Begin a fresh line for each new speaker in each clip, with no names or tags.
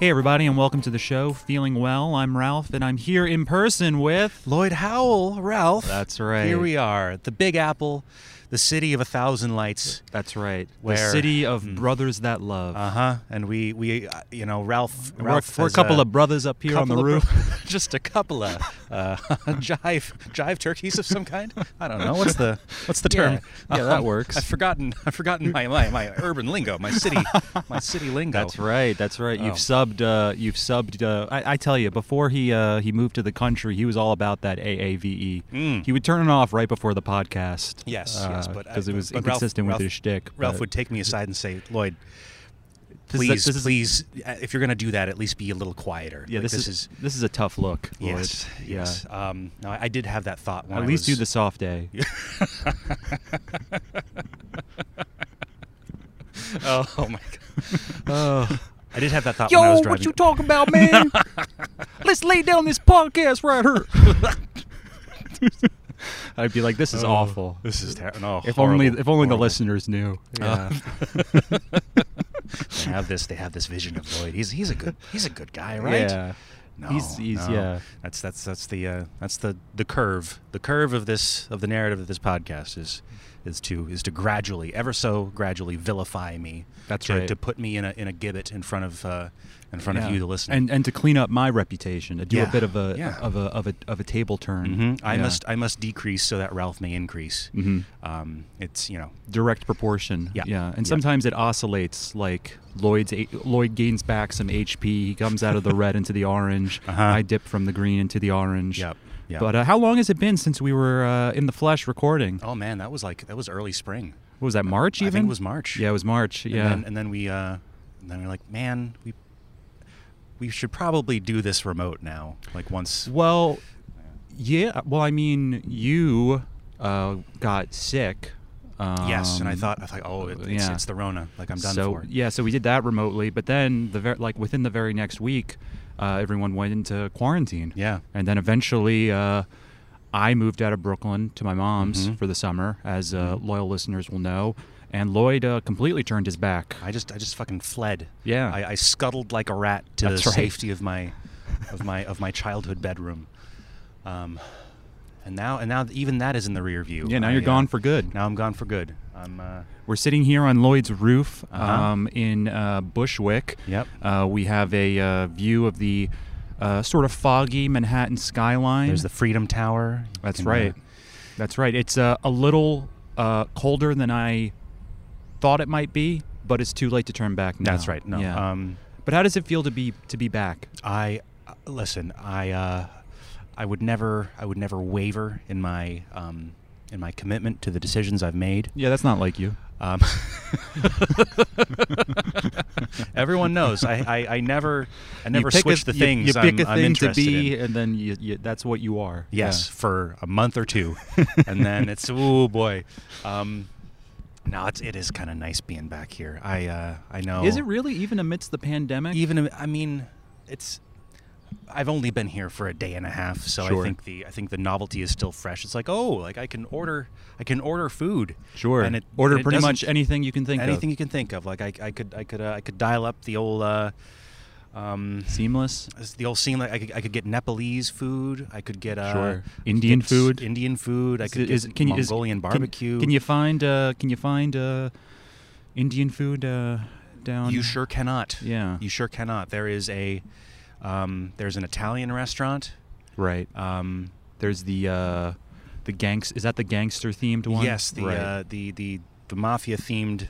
Hey, everybody, and welcome to the show. Feeling well, I'm Ralph, and I'm here in person with.
Lloyd Howell, Ralph.
That's right.
Here we are, the Big Apple, the city of a thousand lights.
That's right. Hmm. The
Where-
city of brothers that love.
Uh huh. And we, we, uh, you know, Ralph.
We're-
Ralph
we're, a
has uh,
couple of brothers up here on the
couple
roof.
of- just a couple of uh, jive jive turkeys of some kind. I don't know what's the what's the term. Um,
Yeah, yeah, that works.
I've forgotten. I've forgotten my, my my urban lingo, my city, my city lingo.
That's right. That's right. You've
Oh.
subbed. Uh, you've subbed. Uh, I, I tell you, before he uh, he moved to the country, he was all about that AAVE.
Mm.
E. He would turn it off right before the podcast.
Yes, yes, but I-
because Uh, it was
but Ralph-
inconsistent
Ralph-
with his shtick.
Ralph
but-
would take me aside and say, Lloyd.
This is-
Please,
this is-
please, uh, if you're going to do that, at least be a little quieter.
Yeah,
Like,
this, is, this is a tough look. Lloyd.
yes,
Yeah.
yes. Um, no, I I did have that thought. When
At
I
least do
was-
the soft A.
Oh, oh my god.
Oh.
I did have that thought when I
Yo,
was
what
driving.
you talking about, man? Let's lay down this podcast right here. I'd be like, this is awful.
Oh, This is terrible. No,
If
horrible,
only, if only the
horrible. Oh.
listeners knew. Yeah.
they have this. They have this vision of Lloyd. He's he's a good he's a good guy, right?
Yeah.
No,
He's- he's-
no.
yeah.
That's that's that's the uh, that's the the curve the curve of this of the narrative of this podcast is is to is to gradually ever so gradually vilify me.
That's
to,
right.
To put me in a in a gibbet in front of uh, in front
Yeah.
of you, the listener.
and and to clean up my reputation, to do a
Yeah.
bit of a
Yeah.
of a of a of a table turn.
Mhm. I
Yeah.
must I must decrease so that Ralph may increase.
Mhm.
Um, it's you know
direct proportion.
Yeah.
yeah. And
Yeah.
sometimes it oscillates. Like Lloyd's a- Lloyd gains back some HP. He comes out of the red into the orange.
Uh-huh.
I dip from the green into the orange.
Yep. Yep.
But uh, how long has it been since we were uh, in the flesh recording?
oh man that was like that was early spring.
What was that March?
I
Even
think it was March.
Yeah, it was March. yeah.
And then, and then we, uh, and then we're like, man, we, we should probably do this remote now. Like once.
Well, yeah. Well, I mean, you uh, got sick. Um,
yes, and I thought, I thought, oh, it, it's,
yeah.
it's the Rona. Like I'm done
so
for.
yeah, so we did that remotely, but then the ver- like within the very next week, uh, everyone went into quarantine.
Yeah.
and then eventually, uh, I moved out of Brooklyn to my mom's
Mm-hmm.
for the summer, as uh, loyal listeners will know. And Lloyd uh, completely turned his back.
I just, I just fucking fled.
Yeah.
I, I scuttled like a rat to
That's
the
right.
safety of my, of my, of my childhood bedroom. Um, and now, and now, even that is in the rear view.
yeah, now
I,
you're
uh,
gone for good.
Now I'm gone for good. I'm. Uh,
We're sitting here on Lloyd's roof
Uh-huh.
um, in uh, Bushwick.
Yep.
Uh, we have a uh, view of the uh, sort of foggy Manhattan skyline.
there's the Freedom Tower. You
That's
can, uh,
right. That's right. It's uh, a little uh, colder than I thought it might be, but it's too late to turn back now.
That's right. No.
Yeah.
Um,
but how does it feel to be to be back?
I uh, listen. I uh, I would never I would never waver in my um, in my commitment to the decisions I've made.
Yeah, that's not like you.
Um, everyone knows I, I, I never I never
pick a-
switch the
you-
things
You, pick
I'm,
a thing
I'm
to
interested
be, uh,
in.
and then you, you, that's what you are.
Yes, for a month or two, and then it's oh boy. Um, no, it's it is kind of nice being back here. I uh, I know.
Yeah. Is it really even amidst the pandemic?
even if- I mean, it's I've only been here for a day and a half, so
Sure.
I think the I think the novelty is still fresh. It's like oh, like I can order I can order food,
sure.
and it
Order
and it
pretty
doesn't-
much anything you can think of.
anything you can think of. Like I, I could I could uh, I could dial up the old. Uh, um,
Seamless.
it's the old scene, like I could, I could get Nepalese food. I could get uh,
Sure.
I could
Indian
get s-
food.
Indian food. I
Is-
could get
is- can you- is-
Mongolian
can-
barbecue.
Can, you find uh, Can you find uh, Indian food uh, down?
You sure cannot.
Yeah.
You sure cannot. There is a, um, there's an Italian restaurant.
Right. Uh,
Um,
There's the uh, the gangs. Is that the gangster themed one?
Yes, the
Right.
uh, the the the mafia themed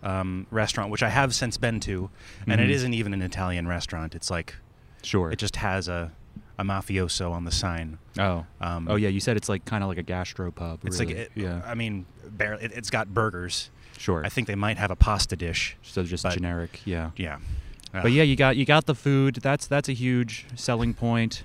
um, restaurant, which I have since been to, and it
Mhm.
isn't even an Italian restaurant. It's like
sure.
it just has a a mafioso on the sign.
oh
um,
oh yeah. You said it's like kind of like a gastro pub.
It's
really.
like it,
yeah
I mean, barely. It, it's got burgers.
sure.
I think they might have a pasta dish.
so just
but-
generic yeah.
Yeah,
But yeah, you got you got the food. That's that's a huge selling point.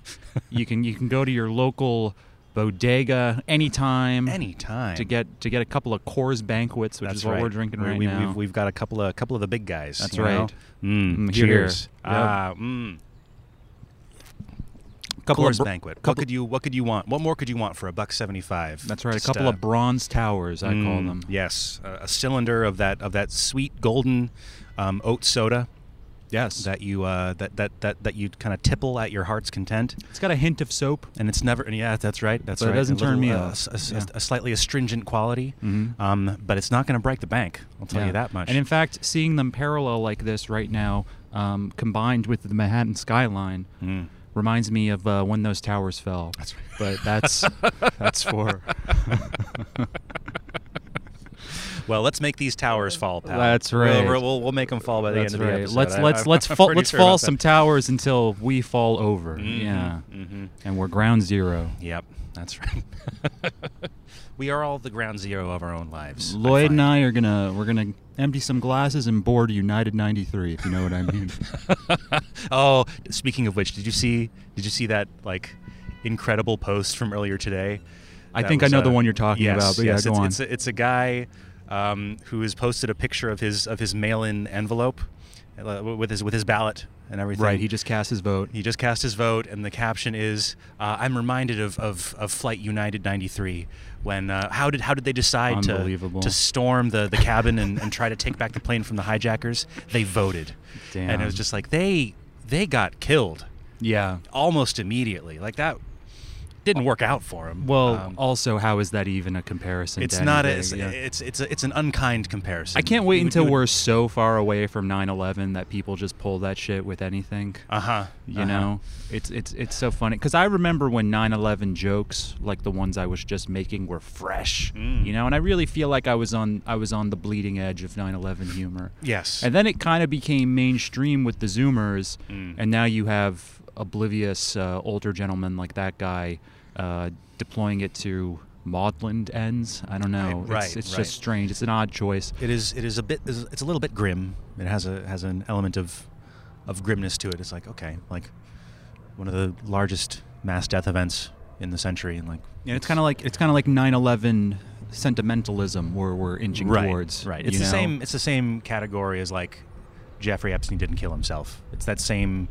you can you can go to your local bodega anytime
anytime
to get to get a couple of Coors banquets, which
That's
is what
right.
we're drinking
We-
right
we,
now.
We've, we've got a couple of couple of the big guys.
That's
you know?
right.
Mm,
Mm, here.
cheers.
Yep.
Ah, mm.
couple
Coors
of br-
banquet. what
couple-
could you What could you want? What more could you want for a buck seventy-five?
that's right.
Just,
a couple
uh,
of bronze towers, I call
mm,
them.
Yes, a, a cylinder of that of that sweet golden um, oat soda.
Yes.
that you uh, that that that that you kind of tipple at your heart's content,
it's got a hint of soap.
and it's never. And yeah, that's right. That's
But it
right.
doesn't
a
turn me
uh,
off.
s- a s-
Yeah.
a slightly astringent quality,
Mhm.
um, but it's not going to break the bank. I'll tell
Yeah.
you that much.
And in fact, seeing them parallel like this right now, um, combined with the Manhattan skyline,
Mm.
reminds me of uh, when those towers fell.
That's right.
But that's that's for.
Well, let's make these towers fall, pal.
That's
We'll-
right.
We'll, we'll, make them fall by the
That's
end of the
right.
episode.
Let's
I-
let's
I'm-
let's
I'm
fall,
pretty
let's
sure
fall
about
some
that.
towers until we fall over.
Mhm,
Yeah,
mhm.
and we're ground zero.
Yep, that's right. we are all the ground zero of our own lives.
Lloyd and
find.
I are gonna we're gonna empty some glasses and board United '93 if you know what I mean.
oh, speaking of which, did you see? Did you see that like incredible post from earlier today?
I
That
think I know the one you're talking
yes,
about, but yeah,
yes,
go
it's,
on.
It's a, it's a guy um, who has posted a picture of his of his mail-in envelope uh, with his with his ballot and everything.
right, he just cast his vote.
He just cast his vote, and the caption is, uh, "I'm reminded of, of, of Flight United '93 when uh, how did how did they decide to
Unbelievable.
to storm the, the cabin and, and try to take back the plane from the hijackers? They voted, and it was
Damn.
just like they they got killed
Yeah.
almost immediately. Like that didn't work out for him.
Well,
Um,
also, how is that even a comparison?
it's
to
not a, it's,
anything? Yeah.
it's it's a, it's an unkind comparison.
I can't wait
You would-
until
you would-
we're so far away from 9/11 that people just pull that shit with anything.
uh-huh,
you
uh-huh.
know, it's it's it's so funny because I remember when 9/11 jokes like the ones I was just making were fresh.
Mm.
You know, and I really feel like I was on I was on the bleeding edge of 9/11 humor.
Yes.
And then it kind of became mainstream with the Zoomers,
Mm.
and now you have oblivious uh, older gentlemen like that guy uh, deploying it to maudlin ends. I don't know.
Right, right,
it's it's
right.
just strange. It's an odd choice.
It is. It is a bit. is- It's a little bit grim. It has a has an element of of grimness to it. It's like okay, like one of the largest mass death events in the century, and like
And it's kind of like it's kind of like 9/11 sentimentalism where we're inching
right,
towards.
right. It's
you
the
know?
same. It's the same category as like Jeffrey Epstein didn't kill himself. It's that same.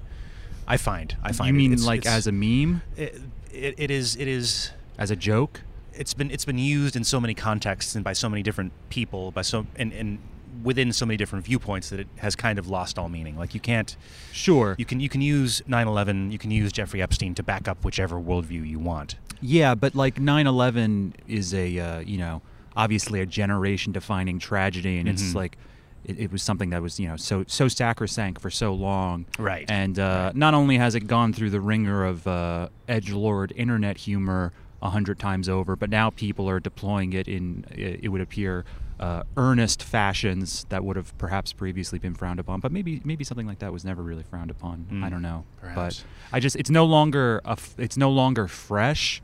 I find. I find.
You
it.
mean
It's-
like
it's-
as a meme,
It, it, it is. It is.
as a joke?
It's been. It's been used in so many contexts and by so many different people. By so and and within so many different viewpoints that it has kind of lost all meaning. Like you can't.
Sure.
You can you can use 9/11, you can use Jeffrey Epstein to back up whichever worldview you want.
yeah, but like 9/11 is a uh, you know obviously a generation-defining tragedy, and it's
Mhm.
like it, it was something that was you know so so sacrosanct for so long.
Right.
And uh, not only has it gone through the ringer of uh, edge lord internet humor a hundred times over, but now people are deploying it in it it would appear uh, earnest fashions that would have perhaps previously been frowned upon. But maybe maybe something like that was never really frowned upon.
Mm,
I don't know.
perhaps.
But I just it's no longer a f- it's no longer fresh,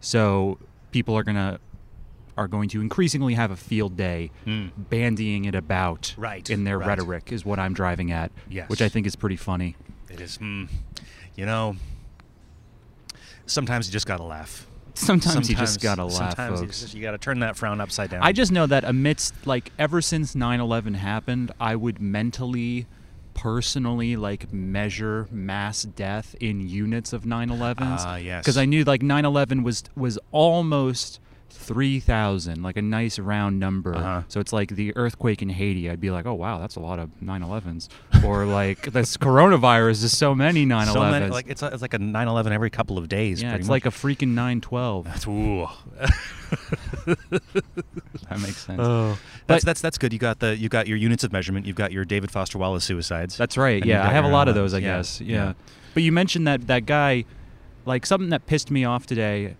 so people are gonna are going to increasingly have a field day
Mm.
bandying it about
Right,
in their
right.
rhetoric is what I'm driving at,
Yes.
which I think is pretty funny.
It is mm, you know sometimes you just got to laugh.
Sometimes, you just gotta laugh,
Sometimes you
folks.
just- you got to turn that frown upside down.
I just know that amidst like ever since 9/11 happened, I would mentally personally like measure mass death in units of 9/11s
Ah, yes.
cuz I knew like 9/11 was was almost 3000 like a nice round number
Uh-huh.
so it's like the earthquake in Haiti I'd be like oh wow that's a lot of 9/11s or like this coronavirus is so many 9/11s
so many, like it's, a, it's like a 9/11 every couple of days
yeah
pretty
it's
much.
like a freaking 9/12
that's ooh.
that makes sense
Oh,
But-
that's that's that's good. You got the you got your units of measurement. You've got your David Foster Wallace suicides.
That's right.
and you've
Yeah, I
got
have a
your
lot of
LLMs.
those, I
Yeah,
guess. Yeah. But you mentioned that that guy, like something that pissed me off today.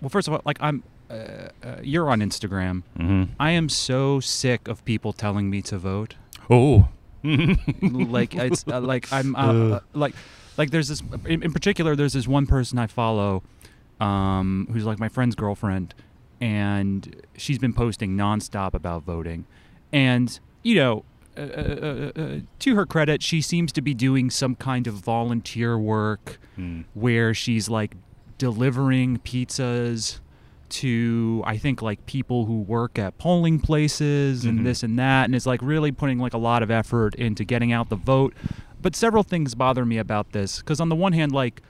Well, first of all, like I'm, uh, uh, you're on Instagram.
Mhm.
I am so sick of people telling me to vote.
Oh.
like it's uh, like I'm uh,
Uh.
uh, like like there's this in, in particular there's this one person I follow, um, who's like my friend's girlfriend, and she's been posting nonstop about voting, and you know. Uh, uh, uh, uh, to her credit, she seems to be doing some kind of volunteer work
Mm.
where she's like delivering pizzas to I think like people who work at polling places and
Mhm.
this and that and is like really putting like a lot of effort into getting out the vote. But several things bother me about this cuz on the one hand like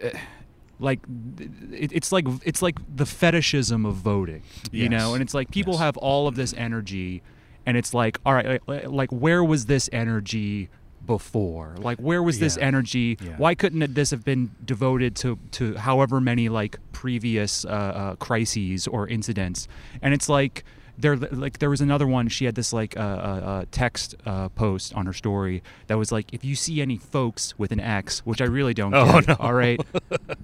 eh, like th- it, it's like it's like the fetishism of voting, you
Yes.
know, and it's like people
Yes.
eh, have all of this energy and it's like all right like, like where was this energy before? Like, where was this
Yeah.
energy?
Yeah.
Why couldn't it- this have been devoted to to however many like previous uh, uh, crises or incidents? And it's like there like there was another one. She had this like uh, uh, uh, text uh, post on her story that was like, if you see any folks with an X, which I really don't.
Oh,
get,
no.
All right,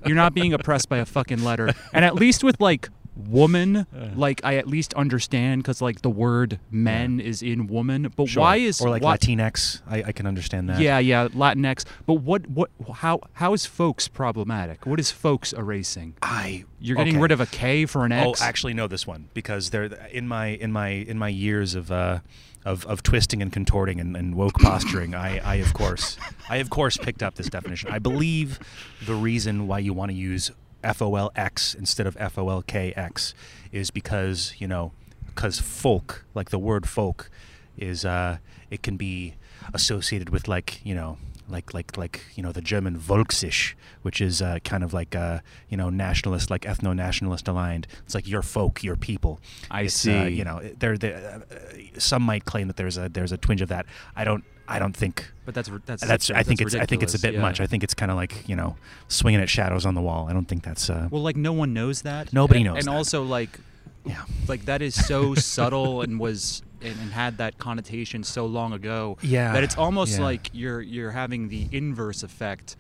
you're not being oppressed by a fucking letter. And at least with like woman
Uh.
like i at least understand because like the word men is in woman but
Sure.
why is
or like
why,
Latinx? I, I can understand that.
yeah, yeah, Latinx. But what, what, how, how is folks problematic? What is folks erasing?
I
You're getting
okay.
rid of a K for an X.
Oh, actually, know this one because they're in my in my in my years of uh, of, of twisting and contorting and, and woke posturing. I, I of course I of course picked up this definition. I believe the reason why you want to use FOLX instead of FOLKX is because you know because folk like the word folk is uh, it can be associated with like you know like like like you know the German Volksisch, which is uh, kind of like uh, you know nationalist, like ethno nationalist aligned. It's like your folk, your people.
I
It's,
see.
Uh, you know, there, there uh, uh, some might claim that there's a there's a twinge of that. I don't. I don't think.
but that's ri- that's
That's. I think it's. I think it's a
ridiculous,
bit
yeah.
much. I think it's kind of like you know, swinging at shadows on the wall. I don't think that's. Uh,
Well, like no one knows that.
Nobody
and,
knows
And
that.
also, like,
yeah.
like that is so subtle and was and, and had that connotation so long ago.
Yeah,
That it's almost
yeah.
like you're you're having the inverse effect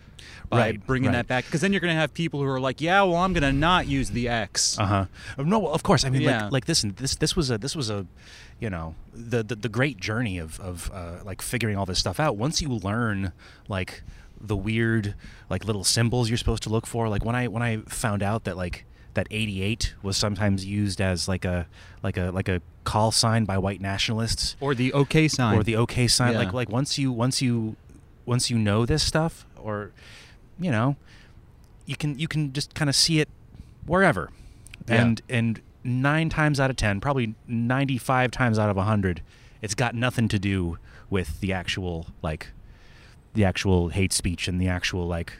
by
Right,
bringing that
right.
back because then you're gonna have people who are like, yeah, well, I'm gonna not use the X.
Uh huh. No, of course. I mean,
Yeah.
like, like this, this, this was a, this was a, you know, the the, the great journey of of uh, like figuring all this stuff out. Once you learn, like the weird, like little symbols you're supposed to look for. Like when I when I found out that like that 88 was sometimes used as like a like a like a call sign by white nationalists
Or the OK sign.
or the okay sign
Yeah.
like like once you once you once you know this stuff or you know you can you can just kind of see it wherever
Yeah.
and and 9 times out of 10 probably 95 times out of 100 it's got nothing to do with the actual like the actual hate speech and the actual like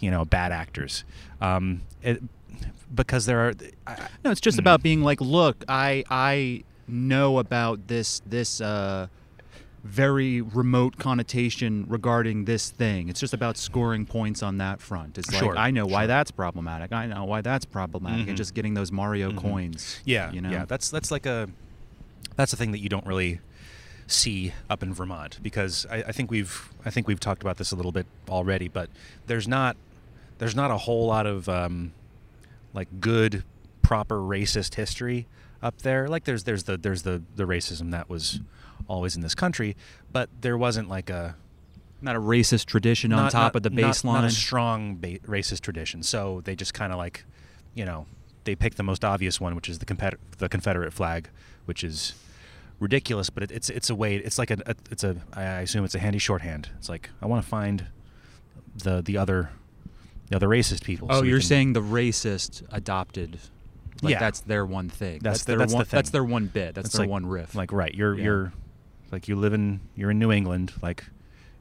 you know bad actors um it, because there are I,
No, it's just
Mm.
about being like, look, I I know about this this uh, very remote connotation regarding this thing. It's just about scoring points on that front. It's
Sure,
like I know why
sure.
that's problematic. I know why that's problematic,
Mhm.
and just getting those Mario coins.
Mm-hmm. Yeah,
you know.
yeah. That's that's like a that's a thing that you don't really see up in Vermont because I, I think we've I think we've talked about this a little bit already, but there's not there's not a whole lot of um, like good proper racist history up there. Like there's there's the there's the the racism that was always in this country, but there wasn't like a
not a racist tradition on
not-
top
not-
of the
not-
baseline.
Not, a strong ba- racist tradition. So they just kind of like, you know, they pick the most obvious one, which is the compet- the Confederate flag, which is ridiculous. But it, it's it's a way. It's like a, a it's a I I assume it's a handy shorthand. It's like I want to find the the other the other racist people.
oh,
so we
you're
can-
saying the racist adopted. Like
Yeah.
that's their one thing.
That's the-
their
that's the
one. That's
thing.
their one bit. That's
It's
their
like-
one riff.
Like right, you're
Yeah.
you're like you live in you're in New England, like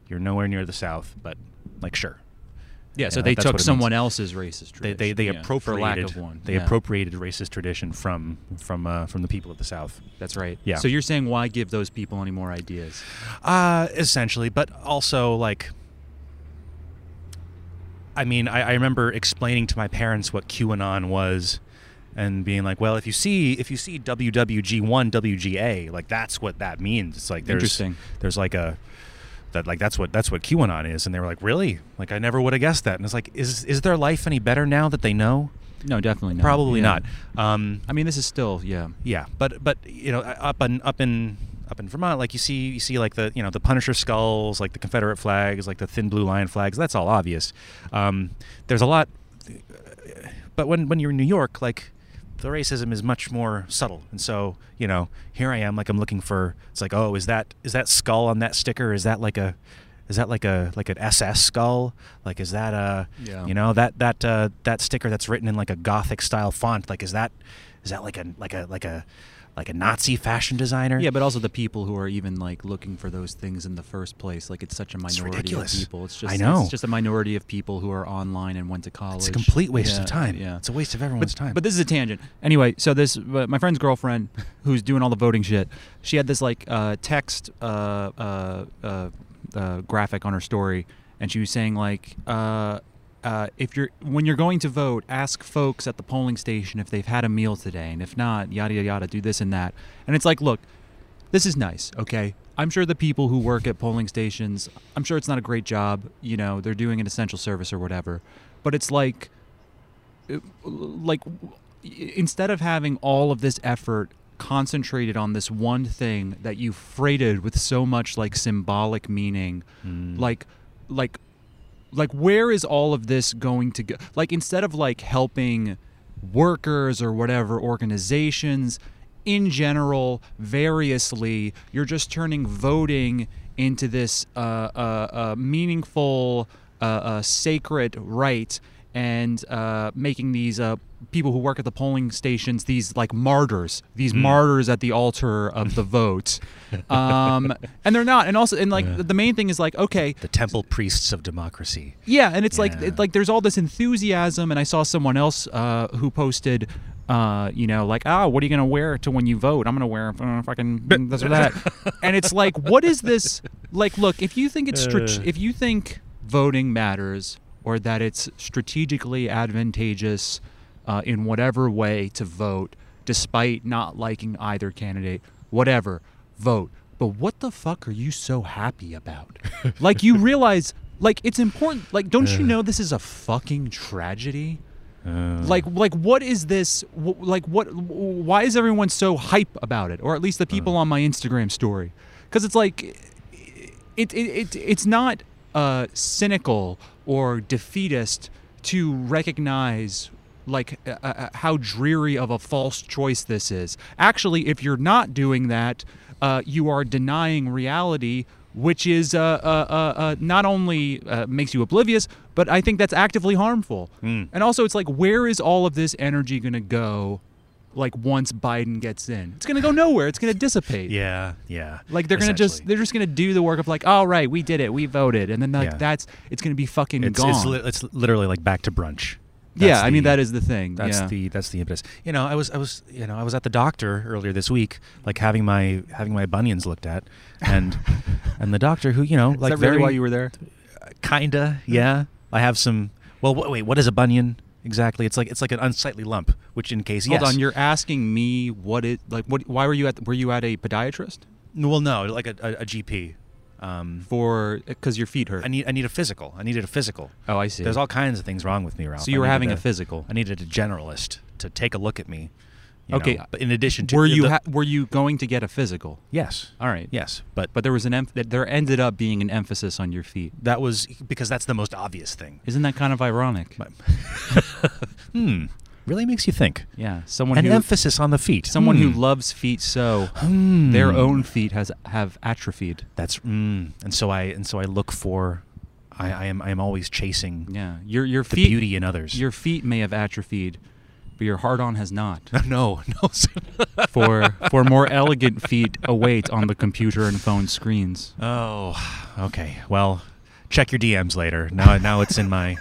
you're nowhere near the South, but like sure.
yeah. So
yeah,
they
that's
took
what it means.
someone else's racist tradition.
they, they, they
yeah,
appropriated
for lack of one.
they
yeah.
appropriated racist tradition from from uh, from the people of the South.
That's right.
Yeah.
So you're saying why give those people any more ideas?
Uh, essentially, but also like. I mean, I, I remember explaining to my parents what QAnon was, and being like, "Well, if you see if you see WWG1 WGA, like that's what that means. It's like there's
Interesting.
there's like a that like that's what that's what QAnon is." And they were like, "Really? Like I never would have guessed that." And it's like, "Is is their life any better now that they know?
No, definitely not.
Probably
Yeah.
not." Um,
I mean, this is still yeah.
Yeah, but but you know, uh, up in up in up in Vermont, like you see you see like the you know the Punisher skulls, like the Confederate flags, like the thin blue line flags. That's all obvious. Um, there's a lot, but when when you're in New York, like the racism is much more subtle. And so you know, here I am, like I'm looking for. It's like, oh, is that is that skull on that sticker? Is that like a is that like a like an SS skull? Like is that a
Yeah.
you know that that uh, that sticker that's written in like a gothic style font? Like is that is that like a like a like a like a Nazi fashion designer?
Yeah, but also the people who are even like looking for those things in the first place, like it's such a minority of
ridiculous.
people. It's just
I know.
it's just a minority of people who are online and went to college.
it's a complete waste
Yeah,
of time.
Yeah,
it's a waste of everyone's time.
But this is a tangent. Anyway, so this but my friend's girlfriend, who's doing all the voting shit, she had this like uh, text uh, uh, uh, uh, graphic on her story, and she was saying like, uh, uh, if you're when you're going to vote, ask folks at the polling station if they've had a meal today, and if not, yada yada yada, do this and that. And it's like, look, this is nice, okay? I'm sure the people who work at polling stations, I'm sure it's not a great job, you know, they're doing an essential service or whatever. But it's like it- like instead of having all of this effort concentrated on this one thing that you freighted with so much like symbolic meaning, like like like where is all of this going to go like instead of like helping workers or whatever organizations in general variously you're just turning voting into this uh, uh, uh, meaningful uh, uh, sacred right and uh, making these uh, people who work at the polling stations these like martyrs these martyrs at the altar of the vote um, and they're not and also and like the main thing is like okay
the temple priests of democracy.
yeah, and it's like
Yeah.
it, like there's all this enthusiasm, and I saw someone else uh, who posted, uh, you know, like, ah, what are you gonna wear to when you vote? I'm gonna wear uh, fucking this or that, and it's like, what is this? Like, look, if you think it's strate-
Uh.
if you think voting matters or that it's strategically advantageous uh, in whatever way to vote, despite not liking either candidate, whatever, vote. But what the fuck are you so happy about? like, you realize, like, it's important. Like, don't you know this is a fucking tragedy? like like what is this wh- like what wh- why is everyone so hype about it or at least the people on my instagram story because it's like it, it, it it's not uh, cynical or defeatist to recognize like uh, uh, how dreary of a false choice this is actually if you're not doing that uh, you are denying reality which is uh, uh, uh, uh, not only uh, makes you oblivious, but I think that's actively harmful.
Hmm.
And also, it's like, where is all of this energy going to go? Like once Biden gets in, it's going to go nowhere. It's going to dissipate.
Yeah, yeah.
Like they're gonna just
essentially.
they're just gonna do the work of like, all right, we did it, we voted, and then like
Yeah.
that's it's gonna be fucking
it's
gone.
it's, li- it's literally like back to brunch.
yeah,
That's
I mean
the-
that is the thing.
That's
yeah.
the that's the impetus. You know, I was I was you know I was at the doctor earlier this week, like having my having my bunions looked at, and and the doctor who you know like
is that really
very
why you were there?
kinda
Hmm.
yeah. I have some. Well, wh- wait, what is a bunion exactly? It's like it's like an unsightly lump, which in case yes.
Hold on, you're asking me what it like what why were you at were you at a podiatrist
well no like a, a, a GP. Um,
for because your feet hurt?
I need I need a physical. I needed a physical.
oh, I see.
There's all kinds of things wrong with me, Ralph.
so you were
I needed
having a, physical.
I needed a generalist to take a look at me. you
Okay.
know, but in addition to
were you
the-
ha- were you going to get a physical?
yes,
All right.
yes, but
But there was an em- there ended up being an emphasis on your feet.
that was because that's the most obvious thing.
Isn't that kind of ironic?
But- hmm, really makes you think.
yeah, someone
An
who
emphasis on the feet.
someone who
Hmm.
loves feet so
Hmm.
their own feet has have atrophied.
That's mm. and so I and so I look for. I, I am I am always chasing
Yeah, your your
the
feet,
beauty in others.
your feet may have atrophied, but your hard on has not.
no no.
For for more elegant feet await on the computer and phone screens.
Oh, okay. Well, check your DMs later. Now, now it's in my,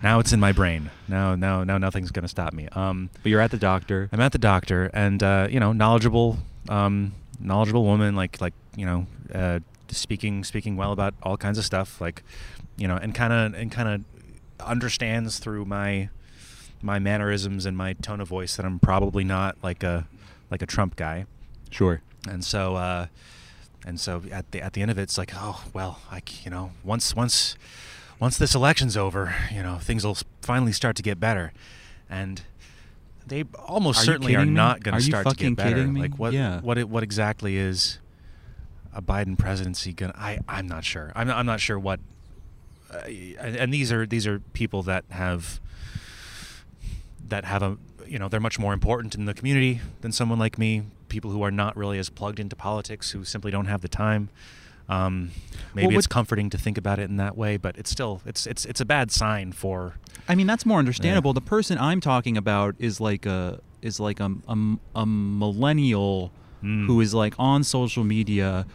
now it's in my brain. Now, now, now, nothing's gonna stop me. Um,
But you're at the doctor.
I'm at the doctor, and uh, you know, knowledgeable, um, knowledgeable woman, like, like you know, uh, speaking, speaking well about all kinds of stuff, like, you know, and kind of, and kind of understands through my, my mannerisms and my tone of voice that I'm probably not like a, like a Trump guy
Sure.
and so uh, and so at the at the end of it, it's like, oh well, like you know, once once once this election's over, you know, things will s- finally start to get better, and they almost
Are you
certainly are
kidding me?
not going
Are
to
you
start to
fucking
get better.
kidding me?
Like what
Yeah.
what it, what exactly is a Biden presidency gonna? I I'm not sure. I'm not, I'm not sure what. Uh, and, and these are these are people that have that have a you know they're much more important in the community than someone like me people who are not really as plugged into politics who simply don't have the time um, maybe
Well,
it's
what-
comforting to think about it in that way but it's still it's it's it's a bad sign for
I mean, that's more understandable. The person I'm talking about is like a is like a a, a millennial
Mm.
who is like on social media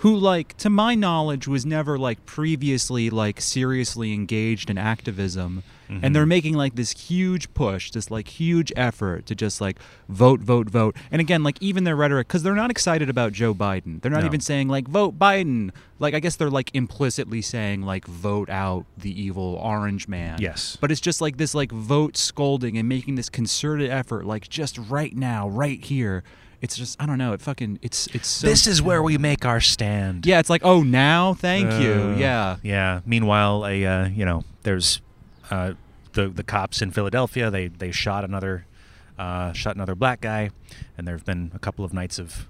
who like to my knowledge was never like previously like seriously engaged in activism
Mhm.
and they're making like this huge push this like huge effort to just like vote vote vote and again like even their rhetoric because they're not excited about joe biden they're not
No.
even saying like vote biden like i guess they're like implicitly saying like vote out the evil orange man
Yes.
but it's just like this like vote scolding and making this concerted effort like just right now right here it's just i don't know it fucking it's it's so
this is where we make our stand.
yeah, it's like, oh, now, thank you.
Uh,
Yeah.
Yeah. Meanwhile, a uh, you know, there's uh, the the cops in Philadelphia. They they shot another uh, shot another black guy, and there have been a couple of nights of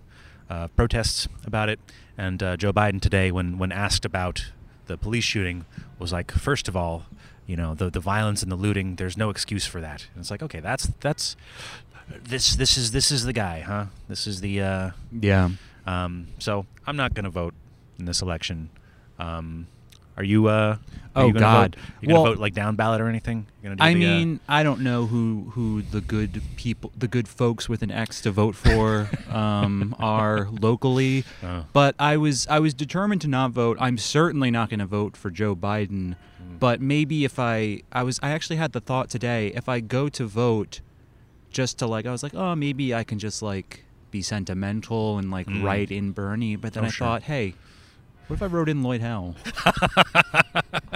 uh, protests about it. And uh, Joe Biden today, when when asked about the police shooting, was like, first of all, you know, the the violence and the looting. There's no excuse for that. And it's like, okay, that's that's this this is this is the guy, huh? This is the uh,
Yeah.
um, so I'm not going to vote in this election. Um, are you? Uh, are
Oh,
you gonna
God.
Vote? You gonna
Well-
vote like down ballot or anything? You're gonna do
I
the, uh,
mean, I don't know who who the good people, the good folks with an X to vote for um, are locally,
Oh.
but I was I was determined to not vote. I'm certainly not going to vote for Joe Biden,
Mm.
but maybe if I I was I actually had the thought today if I go to vote, just to like I was like oh maybe I can just like be sentimental and like
Mm.
write in Bernie, but then
Oh,
I
sure.
thought hey, what if I wrote in Lloyd Howell?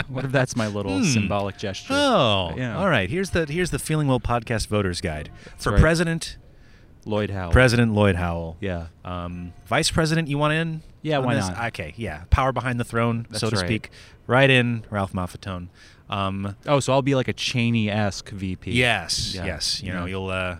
what if that's my little
Hmm.
symbolic gesture?
Oh,
Yeah.
all right. Here's the here's the Feeling Well podcast voters guide for
right.
president.
Lloyd Howell.
President Lloyd Howell.
Yeah.
Um, Vice President, you want in?
Yeah,
on
why
this?
not?
Okay, yeah. Power behind the throne,
That's
so to
right.
speak. Right in, Ralph Maffatone. Um,
Oh, so I'll be like a Cheney esque VP.
Yes,
Yeah.
yes. You know,
Yeah.
you'll uh,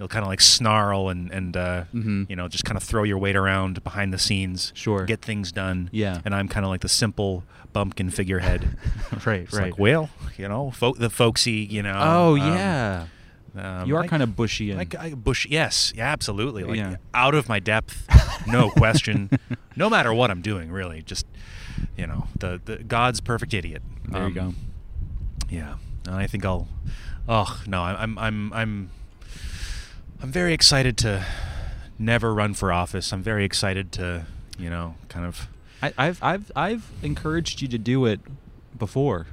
you'll kind of like snarl and and uh,
Mhm.
you know just kind of throw your weight around behind the scenes.
Sure.
Get things done.
Yeah.
And I'm kind of like the simple bumpkin figurehead.
right,
It's
right.
Like, well, you know, fo- the folksy, you know.
oh
um,
yeah.
um,
you are
I-
kind of bushy and
Like I, Bush, yes, yeah, absolutely. Like
Yeah.
out of my depth, no question. no matter what I'm doing, really, just you know, the, the God's perfect idiot.
there
Um,
you go.
yeah, and I think I'll. Oh no, I'm I'm I'm I'm I'm very excited to never run for office. I'm very excited to you know kind of.
I, I've I've I've encouraged you to do it before.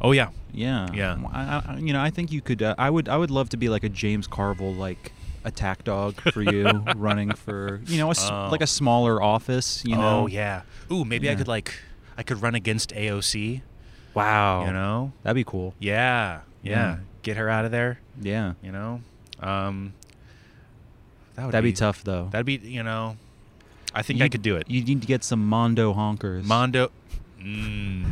Oh yeah,
Yeah.
Yeah.
I, I, you know, I think you could. Uh, I would. I would love to be like a James Carville like attack dog for you, running for you know, a s
Oh.
like a smaller office. You know.
Oh yeah. Ooh, maybe I
Yeah.
could like I could run against AOC.
Wow.
You know.
That'd be cool.
Yeah. Yeah.
Oh. Yeah.
Get her out of there.
Yeah.
You know. Um. That would
That'd be, tough though.
That'd be you know. I think I
You-
could do it.
You need to get some Mondo honkers.
Mondo. Mm.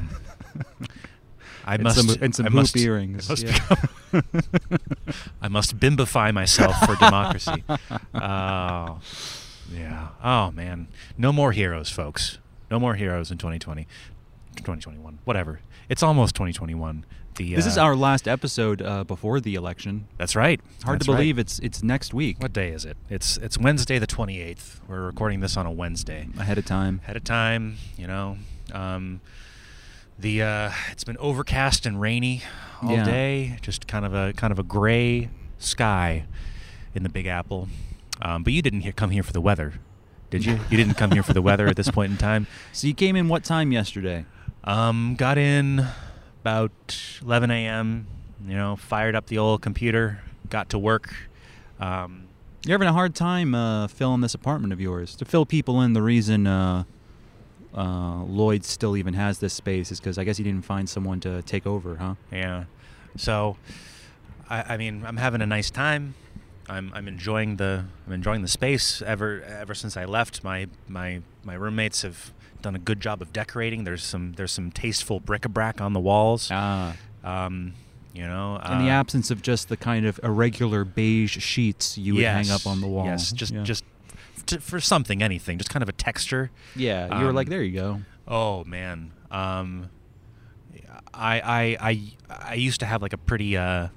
I
And
must
some- and some
I
hoop
must,
earrings,
I must,
yeah.
become- I must bimbify myself for democracy. Oh, yeah. Oh man, no more heroes, folks. No more heroes in 2020, 2021, whatever. It's almost 2021. The
This is
uh,
our last episode uh, before the election.
That's right.
It's hard
That's
to
right.
believe it's it's next week
What day is it? It's it's Wednesday the 28th. We're recording this on a Wednesday.
ahead of time.
ahead of time. You know, um, the uh, it's been overcast and rainy all
Yeah.
day. Just kind of a kind of a gray sky in the Big Apple. Um, but you didn't he- come here for the weather, did you? you didn't come here for the weather at this point in time.
So you came in what time yesterday?
Um, got in about 11 a.m. You know, fired up the old computer, got to work. Um,
You're having a hard time uh, filling this apartment of yours. To fill people in, the reason uh, uh, Lloyd still even has this space is because I guess he didn't find someone to take over, huh?
Yeah. So, I, I mean, I'm having a nice time. I'm, I'm enjoying the I'm enjoying the space. Ever ever since I left, my my my roommates have done a good job of decorating. There's some there's some tasteful bric-a-brac on the walls.
Ah.
Um, you know,
In the
uh,
absence of just the kind of irregular beige sheets you would hang up
yes,
on the wall.
Yes, just
Yeah.
just t- for something, anything, just kind of a texture.
Yeah, you were
um,
like, there you go.
Oh man, um, I I I I used to have like a pretty. Uh,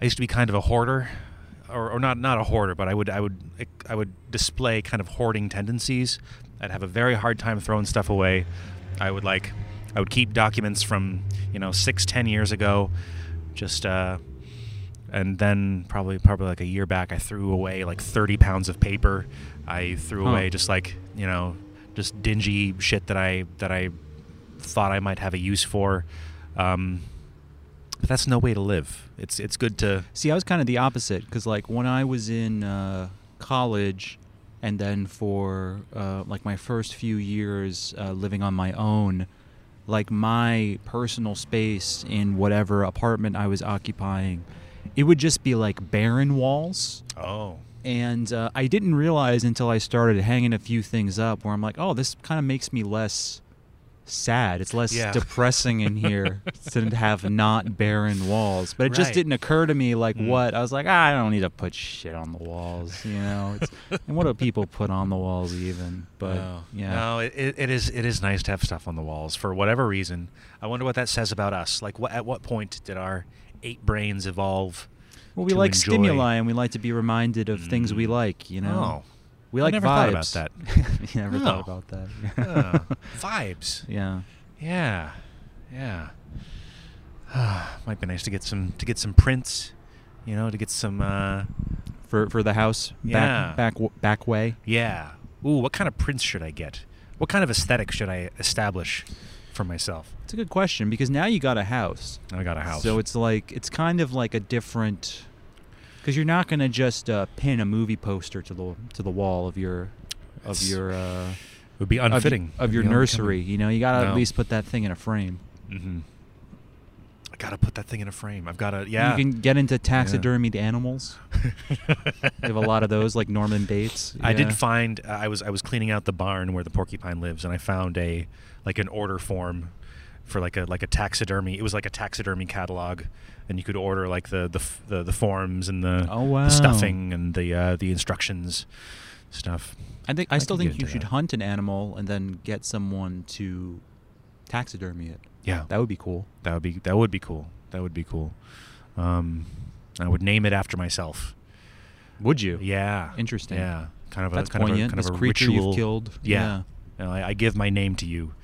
I used to be kind of a hoarder, or, or not not a hoarder, but I would I would I would display kind of hoarding tendencies. I'd have a very hard time throwing stuff away. I would like I would keep documents from you know six ten years ago, just. Uh, and then probably probably like a year back, I threw away like 30 pounds of paper. I threw
Huh.
away just like you know just dingy shit that I that I thought I might have a use for. Um, but that's no way to live. It's it's good to
See, I was kind of the opposite because, like, when I was in uh, college, and then for uh, like my first few years uh, living on my own, like my personal space in whatever apartment I was occupying, it would just be like barren walls.
oh
And uh, I didn't realize until I started hanging a few things up where I'm like, oh, this kind of makes me less sad. It's less
Yeah.
depressing in here to have not barren walls. But it just
Right.
didn't occur to me like
Mm.
what I was like, ah, I don't need to put shit on the walls, you know. It's, and what do people put on the walls even? But
no.
yeah,
no, it, it it is it is nice to have stuff on the walls for whatever reason. I wonder what that says about us. Like, what at what point did our eight brains evolve?
well, we
to
like
enjoy-
stimuli and we like to be reminded of things we
Mm.
like, you know.
Oh.
We
I
like
never thought about
vibes.
that.
you never
No.
thought about that.
Uh, vibes.
yeah.
Yeah, yeah. Might be nice to get some to get some prints, you know, to get some. Uh,
for for the house
Yeah.
back back w- back way.
yeah. Ooh, what kind of prints should I get? What kind of aesthetic should I establish for myself?
It's a good question because now you got a house.
I got a house.
So it's like it's kind of like a different because you're not gonna just uh, pin a movie poster to the to the wall of your of
It's
your uh,
it would be
of y-
unfitting
of, your nursery. You know, you gotta
No.
at least put that thing in a frame.
Mm-hmm. I gotta put that thing in a frame. I've gotta. Yeah.
You can get into taxidermied animals. They have a lot of those, like Norman Bates.
I
Yeah.
did find uh, I was I was cleaning out the barn where the porcupine lives, and I found a like an order form for like a like a taxidermy. It was like a taxidermy catalog, and you could order like the the f- the, the forms and the,
Oh,
the
wow.
stuffing and the uh, the instructions stuff.
I think
I
I still
can get
think you
into
should
that.
hunt an animal and then get someone to taxidermy it.
Yeah,
That would be cool.
that would be that would be cool. That would be cool. Um, I would name it after myself.
Would you?
Yeah,
Interesting.
Yeah, kind of
That's
a kind
poignant.
of a, kind
this
of a
creature
ritual
you've killed.
Yeah. You know, I, I give my name to you.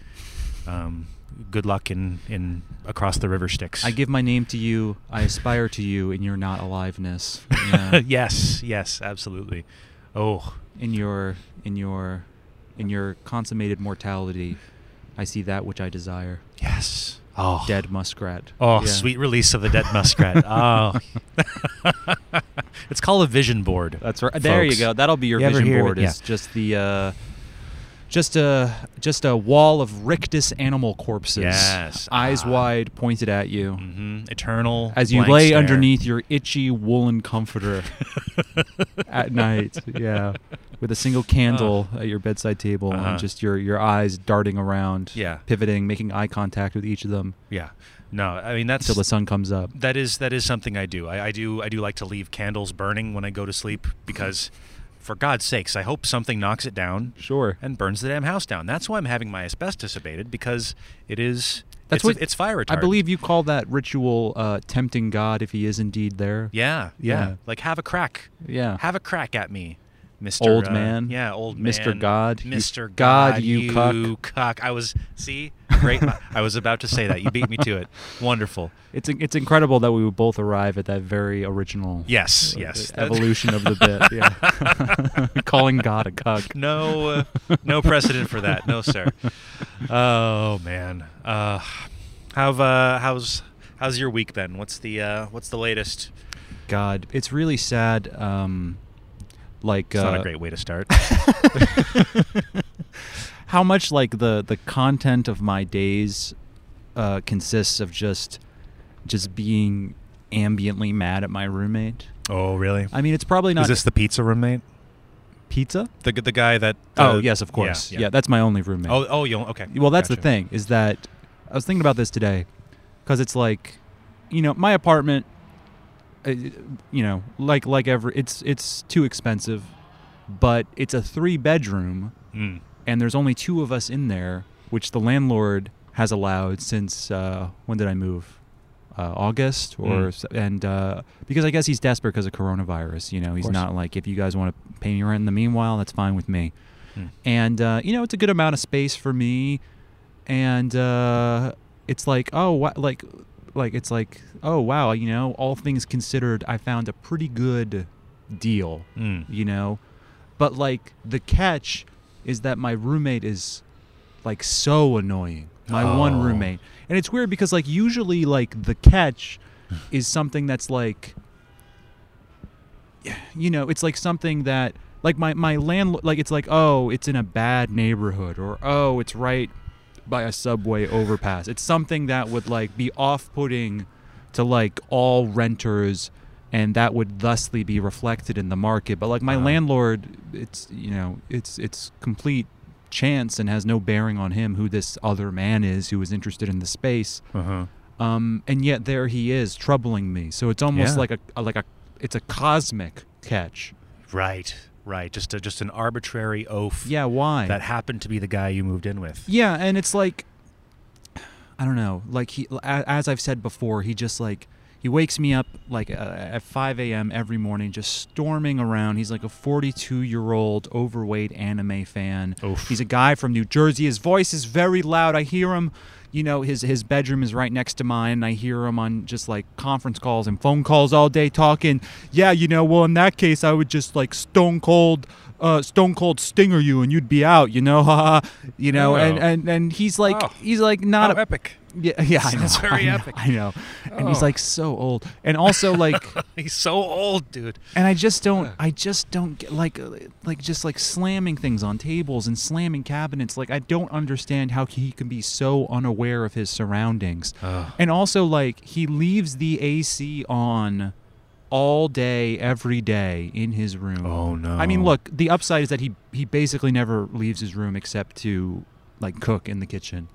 Um, good luck in, in across the river Styx.
I give my name to you. I aspire to you in your not aliveness. Yeah.
yes, yes, absolutely. Oh,
In your in your in your consummated mortality, I see that which I desire.
yes. Oh,
Dead muskrat.
Oh,
Yeah.
sweet release of the dead muskrat. oh, it's called a vision board.
That's right. There you
folks.
go. That'll be your
You ever
vision
hear
board.
it?
Is just the uh, just a just a wall of rictus animal corpses.
Yes.
Eyes
Ah.
wide, pointed at you.
Mhm. Eternal.
As you
blank
lay
stare.
underneath your itchy woolen comforter at night, yeah, with a single candle at your bedside table
Ah. Uh-huh.
and just your, your eyes darting around,
Yeah.
pivoting, making eye contact with each of them
Yeah. No, I mean that's
until the sun comes up.
that is that is something I do. I, I do I do like to leave candles burning when I go to sleep because, for God's sakes, I hope something knocks it down
Sure.
and burns the damn house down. That's why I'm having my asbestos abated because it is
That's
it's,
what
it's fire retardant.
I believe you call that ritual uh, tempting God if he is indeed there.
Yeah, yeah,
Yeah.
Like have a crack.
Yeah.
Have a crack at me. Mr.
Old
uh,
man.
yeah, old
Mr.
man,
God, you-
Mr.
God,
God,
you cuck.
cuck. I was see, great. I was about to say that. You beat me to it. Wonderful.
It's it's incredible that we would both arrive at that very original
Yes,
uh,
yes.
evolution of the bit. Yeah. Calling God a cuck.
no uh, no precedent for that no sir
Uh,
oh man uh how uh how's how's your week been what's the uh what's the latest
God, it's really sad. Um, like
it's
uh,
not a great way to start
how much like the the content of my days uh, consists of just just being ambiently mad at my roommate.
oh really
I mean, it's probably not
is this the pizza roommate
pizza.
the g- the guy that
oh
uh,
yes, of course. Yeah, that's my only roommate.
oh oh you okay
Well, that's the
Gotcha.
thing is that I was thinking about this today because it's like, you know, my apartment, uh, you know, like like every, it's it's too expensive, but it's a three bedroom
Mm.
and there's only two of us in there, which the landlord has allowed since uh, when did I move? Uh, August or
Mm.
s- and uh, because I guess he's desperate because of coronavirus. You know, he's
course.
not like if you guys want to pay me rent in the meanwhile, that's fine with me
Mm.
and uh, you know it's a good amount of space for me and uh, it's like oh what like like it's like oh wow you know all things considered i found a pretty good deal
Mm.
you know but like the catch is that my roommate is like so annoying. My one
Oh.
roommate. And it's weird because like usually like the catch is something that's like you know, it's like something that like my my landlord like it's like oh, it's in a bad neighborhood or oh, it's right by a subway overpass. It's something that would like be off-putting to like all renters and that would thusly be reflected in the market. But like my
Uh-huh.
landlord, it's you know, it's it's complete chance and has no bearing on him who this other man is who is interested in the space
Uh-huh.
um, and yet there he is troubling me. So it's almost
Yeah.
like a, a- like a it's a cosmic catch.
Right, right. Just a, just an arbitrary oaf
Yeah, why?
that happened to be the guy you moved in with.
yeah, and it's like I don't know. Like he, a- as I've said before, he just like he wakes me up like uh, at 5 a.m. every morning, just storming around. He's like a 42 year old overweight anime fan.
Oof.
He's a guy from New Jersey. His voice is very loud. I hear him. You know, his his bedroom is right next to mine. and I hear him on just like conference calls and phone calls all day talking. Yeah, you know, well in that case I would just like stone cold uh stone cold stinger you and you'd be out, you know. Ha, ha. you know, and
Oh.
and and he's like
Wow.
he's like not a,
Oh. epic.
yeah, yeah, I know.
Sounds very
I know,
epic.
I know. And he's
Oh.
like so old. And also like
He's so old, dude.
and I just don't I just don't get like uh, like just like slamming things on tables and slamming cabinets like I don't understand how he can be so unaware of his surroundings. And also like he leaves the AC on all day every day in his room.
Oh, no.
I mean, look, the upside is that he he basically never leaves his room except to like cook in the kitchen.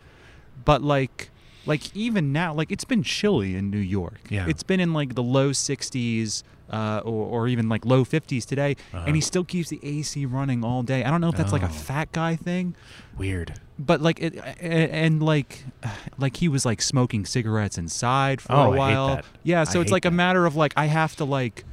But like like even now, like it's been chilly in New York.
Yeah.
It's been in like the low 60s uh, or, or even like low 50s today,
Uh-huh.
and he still keeps the AC running all day. I don't know if that's like a
Oh.
fat guy thing,
Weird.
but like it a- a- and like like he was like smoking cigarettes inside for
Oh, I
a
hate
while
that.
yeah
I
so it's
hate
like a
that.
matter of like i have to like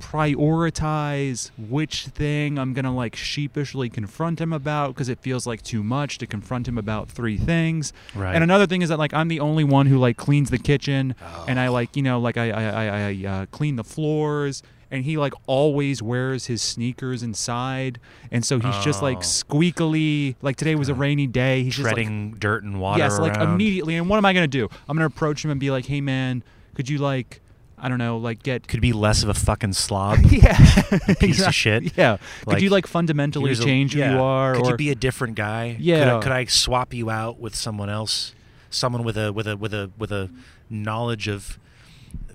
prioritize which thing i'm gonna like sheepishly confront him about because it feels like too much to confront him about three things
Right.
and another thing is that like i'm the only one who like cleans the kitchen and
Oh.
i like you know like i i i, I uh, clean the floors and he like always wears his sneakers inside and so he's just like
Oh.
squeakily like today was a rainy day he's just like
Treading dirt and water
yes, like
around.
immediately. And what am I gonna do? I'm gonna approach him and be like, "Hey, man, could you like, I don't know, like get."
Could be less of a fucking slob.
yeah,
piece of
Exact-
shit.
Yeah, could
Like,
you like fundamentally
Here's a-
change who
yeah.
you are,
Could
or
you be a different guy? Could
Yeah.
I, could I swap you out with someone else? Someone with a with a with a with a knowledge of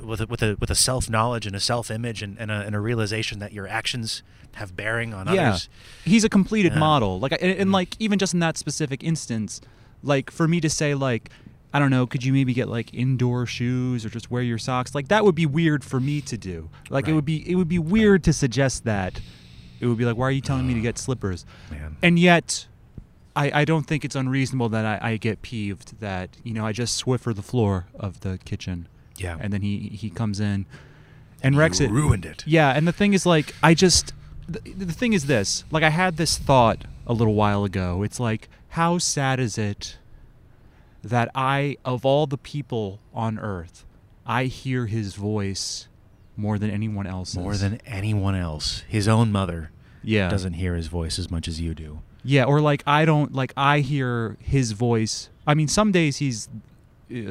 with a, with a with a self knowledge and a self image and, and, a, and a realization that your actions have bearing on
yeah,
others.
he's a completed
Yeah. Mm-hmm.
model. Like, I- and, and like even just in that specific instance, like for me to say like. I don't know. Could you maybe get like indoor shoes or just wear your socks? Like that would be weird for me to do. Like it
Right.
would be it would be weird to suggest that. It would be like, why are you telling me to get slippers?
Man.
and yet I, I don't think it's unreasonable that I, I get peeved that you know I just swiffer the floor of the kitchen
Yeah.
and then he he comes in and wrecks
you
it
ruined it.
yeah and the thing is like I just the, the thing is this like I had this thought a little while ago it's like how sad is it that I of all the people on earth I hear his voice more than anyone else's
More than anyone else, his own mother
yeah
doesn't hear his voice as much as you do.
Yeah, or like I don't like I hear his voice. I mean, some days he's uh,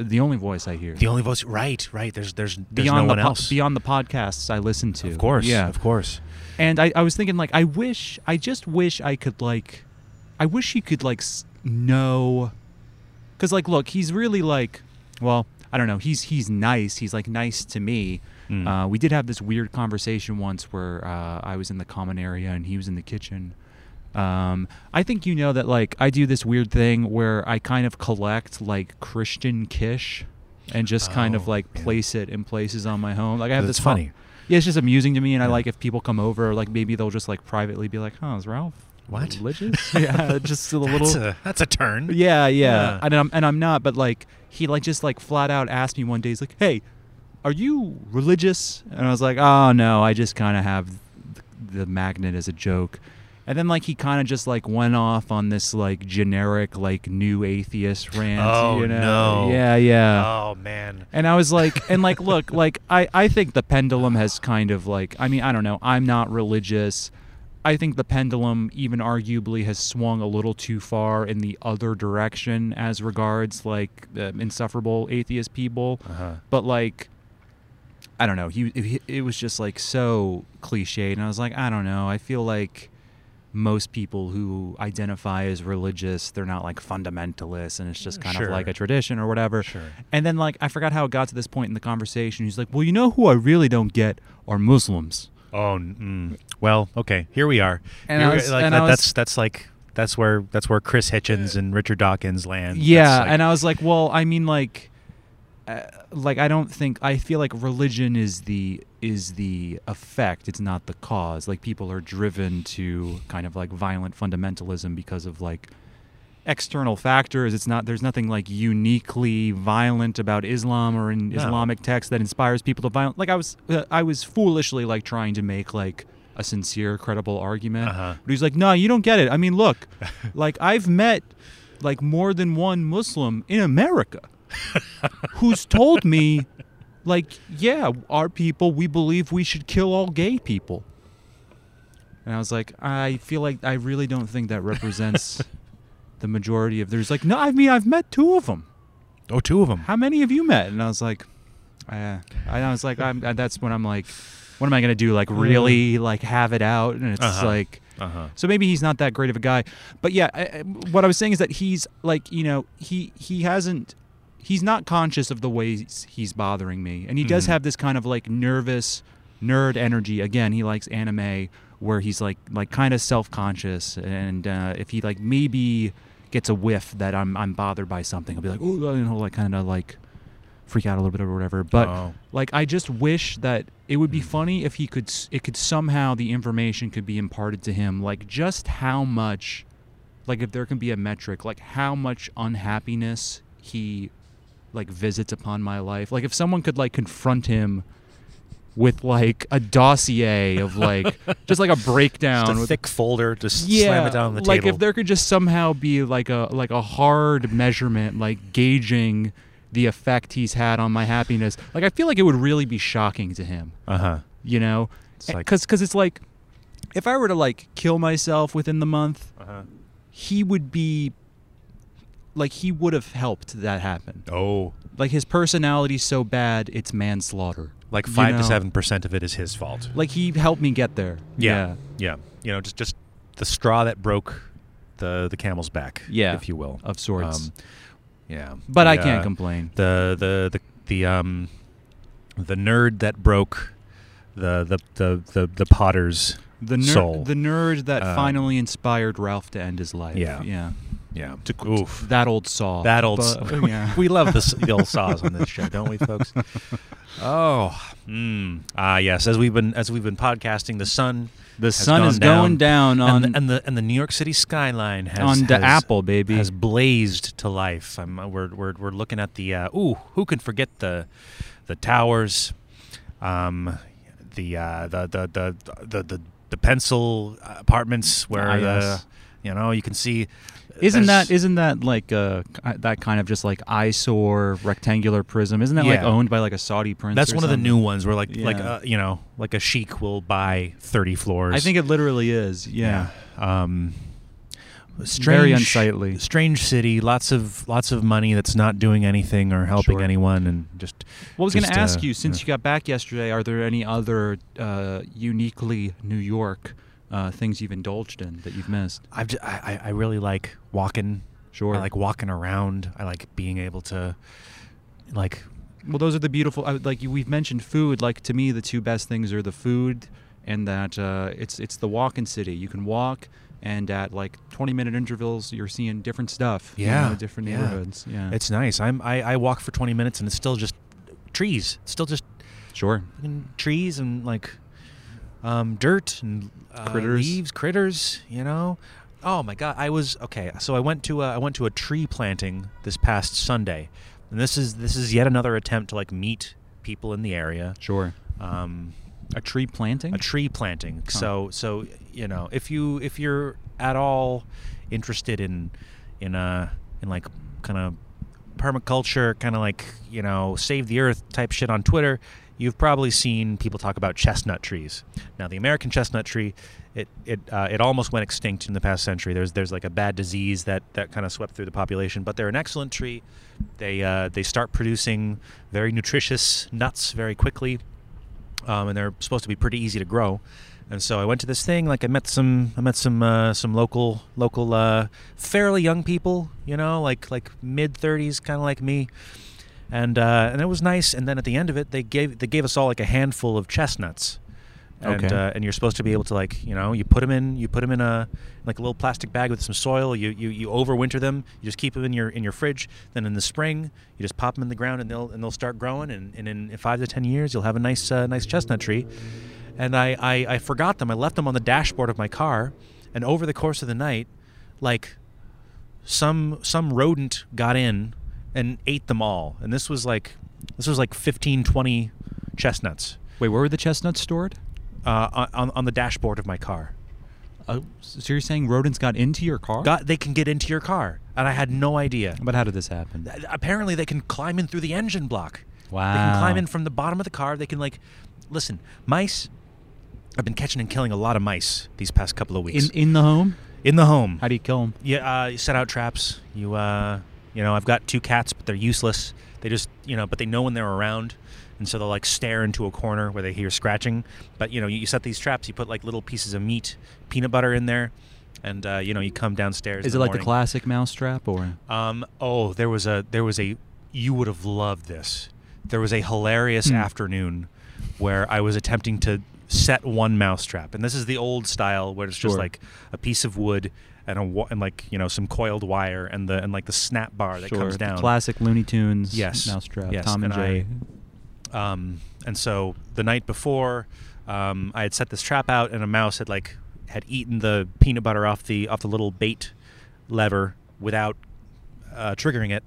the only voice I hear.
The only voice, right, right. There's there's, there's
beyond
no
the
one
po-
else.
beyond the podcasts I listen to.
of course,
Yeah.
of course.
And I, I was thinking like I wish I just wish I could like I wish he could like s- know cuz like look, he's really like well, I don't know. He's he's nice. He's like nice to me.
Mm.
Uh, we did have this weird conversation once where uh, I was in the common area and he was in the kitchen. Um, I think you know that like I do this weird thing where I kind of collect like Christian kish and just kind of
Oh,
like
yeah.
place it in places on my home. Like I have
That's
this fun-
funny.
yeah, it's just amusing to me, and I
Yeah.
like if people come over, like maybe they'll just like privately be like, "Huh, is Ralph
What?
religious?" yeah, just a little.
That's a, that's a turn.
yeah, yeah,
Yeah.
and I'm and I'm not, but like he like just like flat out asked me one day, he's like, "Hey, are you religious?" And I was like, "Oh no, I just kind of have th- the magnet as a joke." And then like he kind of just like went off on this like generic like new atheist rant.
Oh,
you know?
no.
Yeah, yeah.
Oh man.
Uh, And I was like, and like, look, like I, I think the pendulum has kind of like, I mean, I don't know. I'm not religious. I think the pendulum, even arguably, has swung a little too far in the other direction as regards like the insufferable atheist people.
Uh-huh.
But like, I don't know. He, he it was just like so cliched, and I was like, I don't know. I feel like most people who identify as religious, they're not like fundamentalists, and it's just kind
Sure.
of like a tradition or whatever.
Sure.
And then like I forgot how it got to this point in the conversation. He's like, well, you know who I really don't get are Muslims.
Oh, n- mm. well, okay. Here we are.
And
Here
I
we-
was-
like,
and
that-
I was-
that's that's like that's where that's where Chris Hitchens and Richard Dawkins land. That's
Yeah,
like-
and I was like, well, I mean, like, uh, like I don't think I feel like religion is the is the effect. It's not the cause. Like people are driven to kind of like violent fundamentalism because of like external factors. It's not there's nothing like uniquely violent about Islam or in
No.
Islamic texts that inspires people to violent. Like I was uh, I was foolishly like trying to make like a sincere, credible argument.
Uh-huh.
But he's like, no, you don't get it. I mean, look, like I've met like more than one Muslim in America who's told me, like, yeah, our people, we believe we should kill all gay people. And I was like, I feel like I really don't think that represents the majority of. There's like, no, I mean, I've met two of them.
oh, two of them.
How many have you met? And I was like, uh, and I was like, I'm, uh, that's when I'm like, what am I gonna do? Like, really, like, have it out? And it's
Uh-huh.
like,
Uh-huh.
so maybe he's not that great of a guy. But yeah, I, I- what I was saying is that he's like, you know, he he hasn't he's not conscious of the ways he's bothering me. And he does
Mhm.
have this kind of like nervous nerd energy. Again, he likes anime where he's like like kind of self-conscious and uh, if he like maybe gets a whiff that I'm I'm bothered by something, I'll be like, "Oh, you know, like kind of like freak out a little bit or whatever." But
Oh. Hmm.
like I just wish that it would be funny if he could s- it could somehow the information could be imparted to him like just how much like if there can be a metric like how much unhappiness he like visits upon my life like if someone could like confront him with like a dossier of like just like a breakdown
Just a
with
thick folder, just
yeah,
slam it down on the
like
table.
if there could just somehow be like a like a hard measurement, like gauging the effect he's had on my happiness. Like I feel like it would really be shocking to him,
uh-huh.
you know,
It's like-
because because it's like if I were to like kill myself within the month,
Uh-huh.
he would be like he would have helped that happen.
Oh,
Like his personality's so bad, it's manslaughter.
like
you
5
know?
to 7% of it is his fault.
Like he helped me get there.
yeah. Yeah. You know, just just the straw that broke the the camel's back,
Yeah,
if you will. Um,
of sorts.
yeah.
But I
The,
can't
uh,
complain.
The the the the um the nerd that broke the the the the, the potter's
The
soul.
nerd, the nerd that
Um,
finally inspired Ralph to end his life.
Yeah.
yeah.
yeah. Oof.
That old saw.
That old.
But- oh,
s-
yeah.
we love the, s- the old saws on this show, don't we, folks? Oh, mm. ah, yes. As we've been as we've been podcasting, the sun,
The
has
sun
gone
is going down on-
and the, and the and the New York City skyline has
On the
has-
apple, baby.
has blazed to life. I'm, uh, we're we're we're looking at the uh, ooh, who can forget the the towers, um, the uh, the the the the the, the pencil apartments where
Ah,
the
yes.
you know you can see.
Isn't
there's-
that isn't that like uh ki- that kind of just like eyesore rectangular prism? Isn't that like
Yeah.
owned by like a Saudi prince?
That's
or
one of the
something?
new ones where like like
Yeah.
uh, you know like a chic will buy thirty floors.
I think it literally is. Yeah.
Um, strange,
Very unsightly.
Strange city. Lots of lots of money that's not doing anything or helping
Sure.
anyone, and just.
Well, I was going
just,
to
uh,
ask you since
yeah.
you got back yesterday. Are there any other uh, uniquely New York uh, things you've indulged in that you've missed?
I've just, I I- I really like walking.
Sure.
I like walking around. I like being able to, like,
Well, those are the beautiful. I would- Like you- we've mentioned, food. Like to me, the two best things are the food and that uh, it's it's the walk in city. You can walk, and at like twenty minute intervals, you're seeing different stuff. you
Yeah,
know, different
yeah.
neighborhoods. Yeah,
it's nice. I'm I, I walk for twenty minutes and it's still just trees. It's still just
sure.
fucking trees and like um, dirt and uh,
Critters.
leaves, critters. You know. Oh my God! I was okay. So I went to a, I went to a tree planting this past Sunday, and this is this is yet another attempt to like meet people in the area.
Sure.
Um,
A tree planting.
a tree planting.
Huh.
So so you know if you if you're at all interested in in uh in like kind of permaculture, kind of like you know save the earth type shit on Twitter, you've probably seen people talk about chestnut trees. Now, the American chestnut tree, it it uh, it almost went extinct in the past century. There's there's like a bad disease that that kind of swept through the population, but they're an excellent tree. They uh, they start producing very nutritious nuts very quickly, um, and they're supposed to be pretty easy to grow. And so I went to this thing. Like I met some, I met some, uh, some local, local, uh, fairly young people. You know, like like mid thirties, kind of like me. And uh, and it was nice. And then at the end of it, they gave they gave us all like a handful of chestnuts. And,
Okay.
uh, and you're supposed to be able to like you know you put them in you put 'em in a like a little plastic bag with some soil you, you you overwinter them you just keep them in your in your fridge then in the spring you just pop them in the ground and they'll and they'll start growing and, and in five to ten years you'll have a nice uh, nice chestnut tree and I, I, I forgot them. I left them on the dashboard of my car, and over the course of the night, like some some rodent got in and ate them all. And this was like this was like 15, 20 chestnuts
Wait, where were the chestnuts stored?
uh, on on the dashboard of my car.
Uh, so you're saying rodents got into your car?
Got they can get into your car, and I had no idea.
But how did this happen?
apparently they can climb in through the engine block. They can
Wow.
climb in from the bottom of the car. They can like, listen, mice. I've been catching and killing a lot of mice these past couple of weeks
in in the home?
In the home.
How do you kill them?
Yeah, uh, you set out traps. You, uh, you know, I've got two cats, but they're useless. They just, you know, but they know when they're around, and so they'll like stare into a corner where they hear scratching. But you know, you, you set these traps. You put like little pieces of meat, peanut butter in there, and uh, you know, you come downstairs.
Is
in
it
the
like the
morning.
classic mousetrap or?
Um, oh, there was a there was a you would have loved this. There was a hilarious
Hmm.
afternoon where I was attempting to set one mousetrap, and this is the old style where it's just
Sure.
like a piece of wood and a wa- and like you know some coiled wire and the and like the snap bar that
Sure,
comes
the
down.
classic Looney Tunes
Yes,
mousetrap.
yes,
Tom and,
and
Jerry.
Um, and so the night before, um, I had set this trap out, and a mouse had like had eaten the peanut butter off the off the little bait lever without uh, triggering it.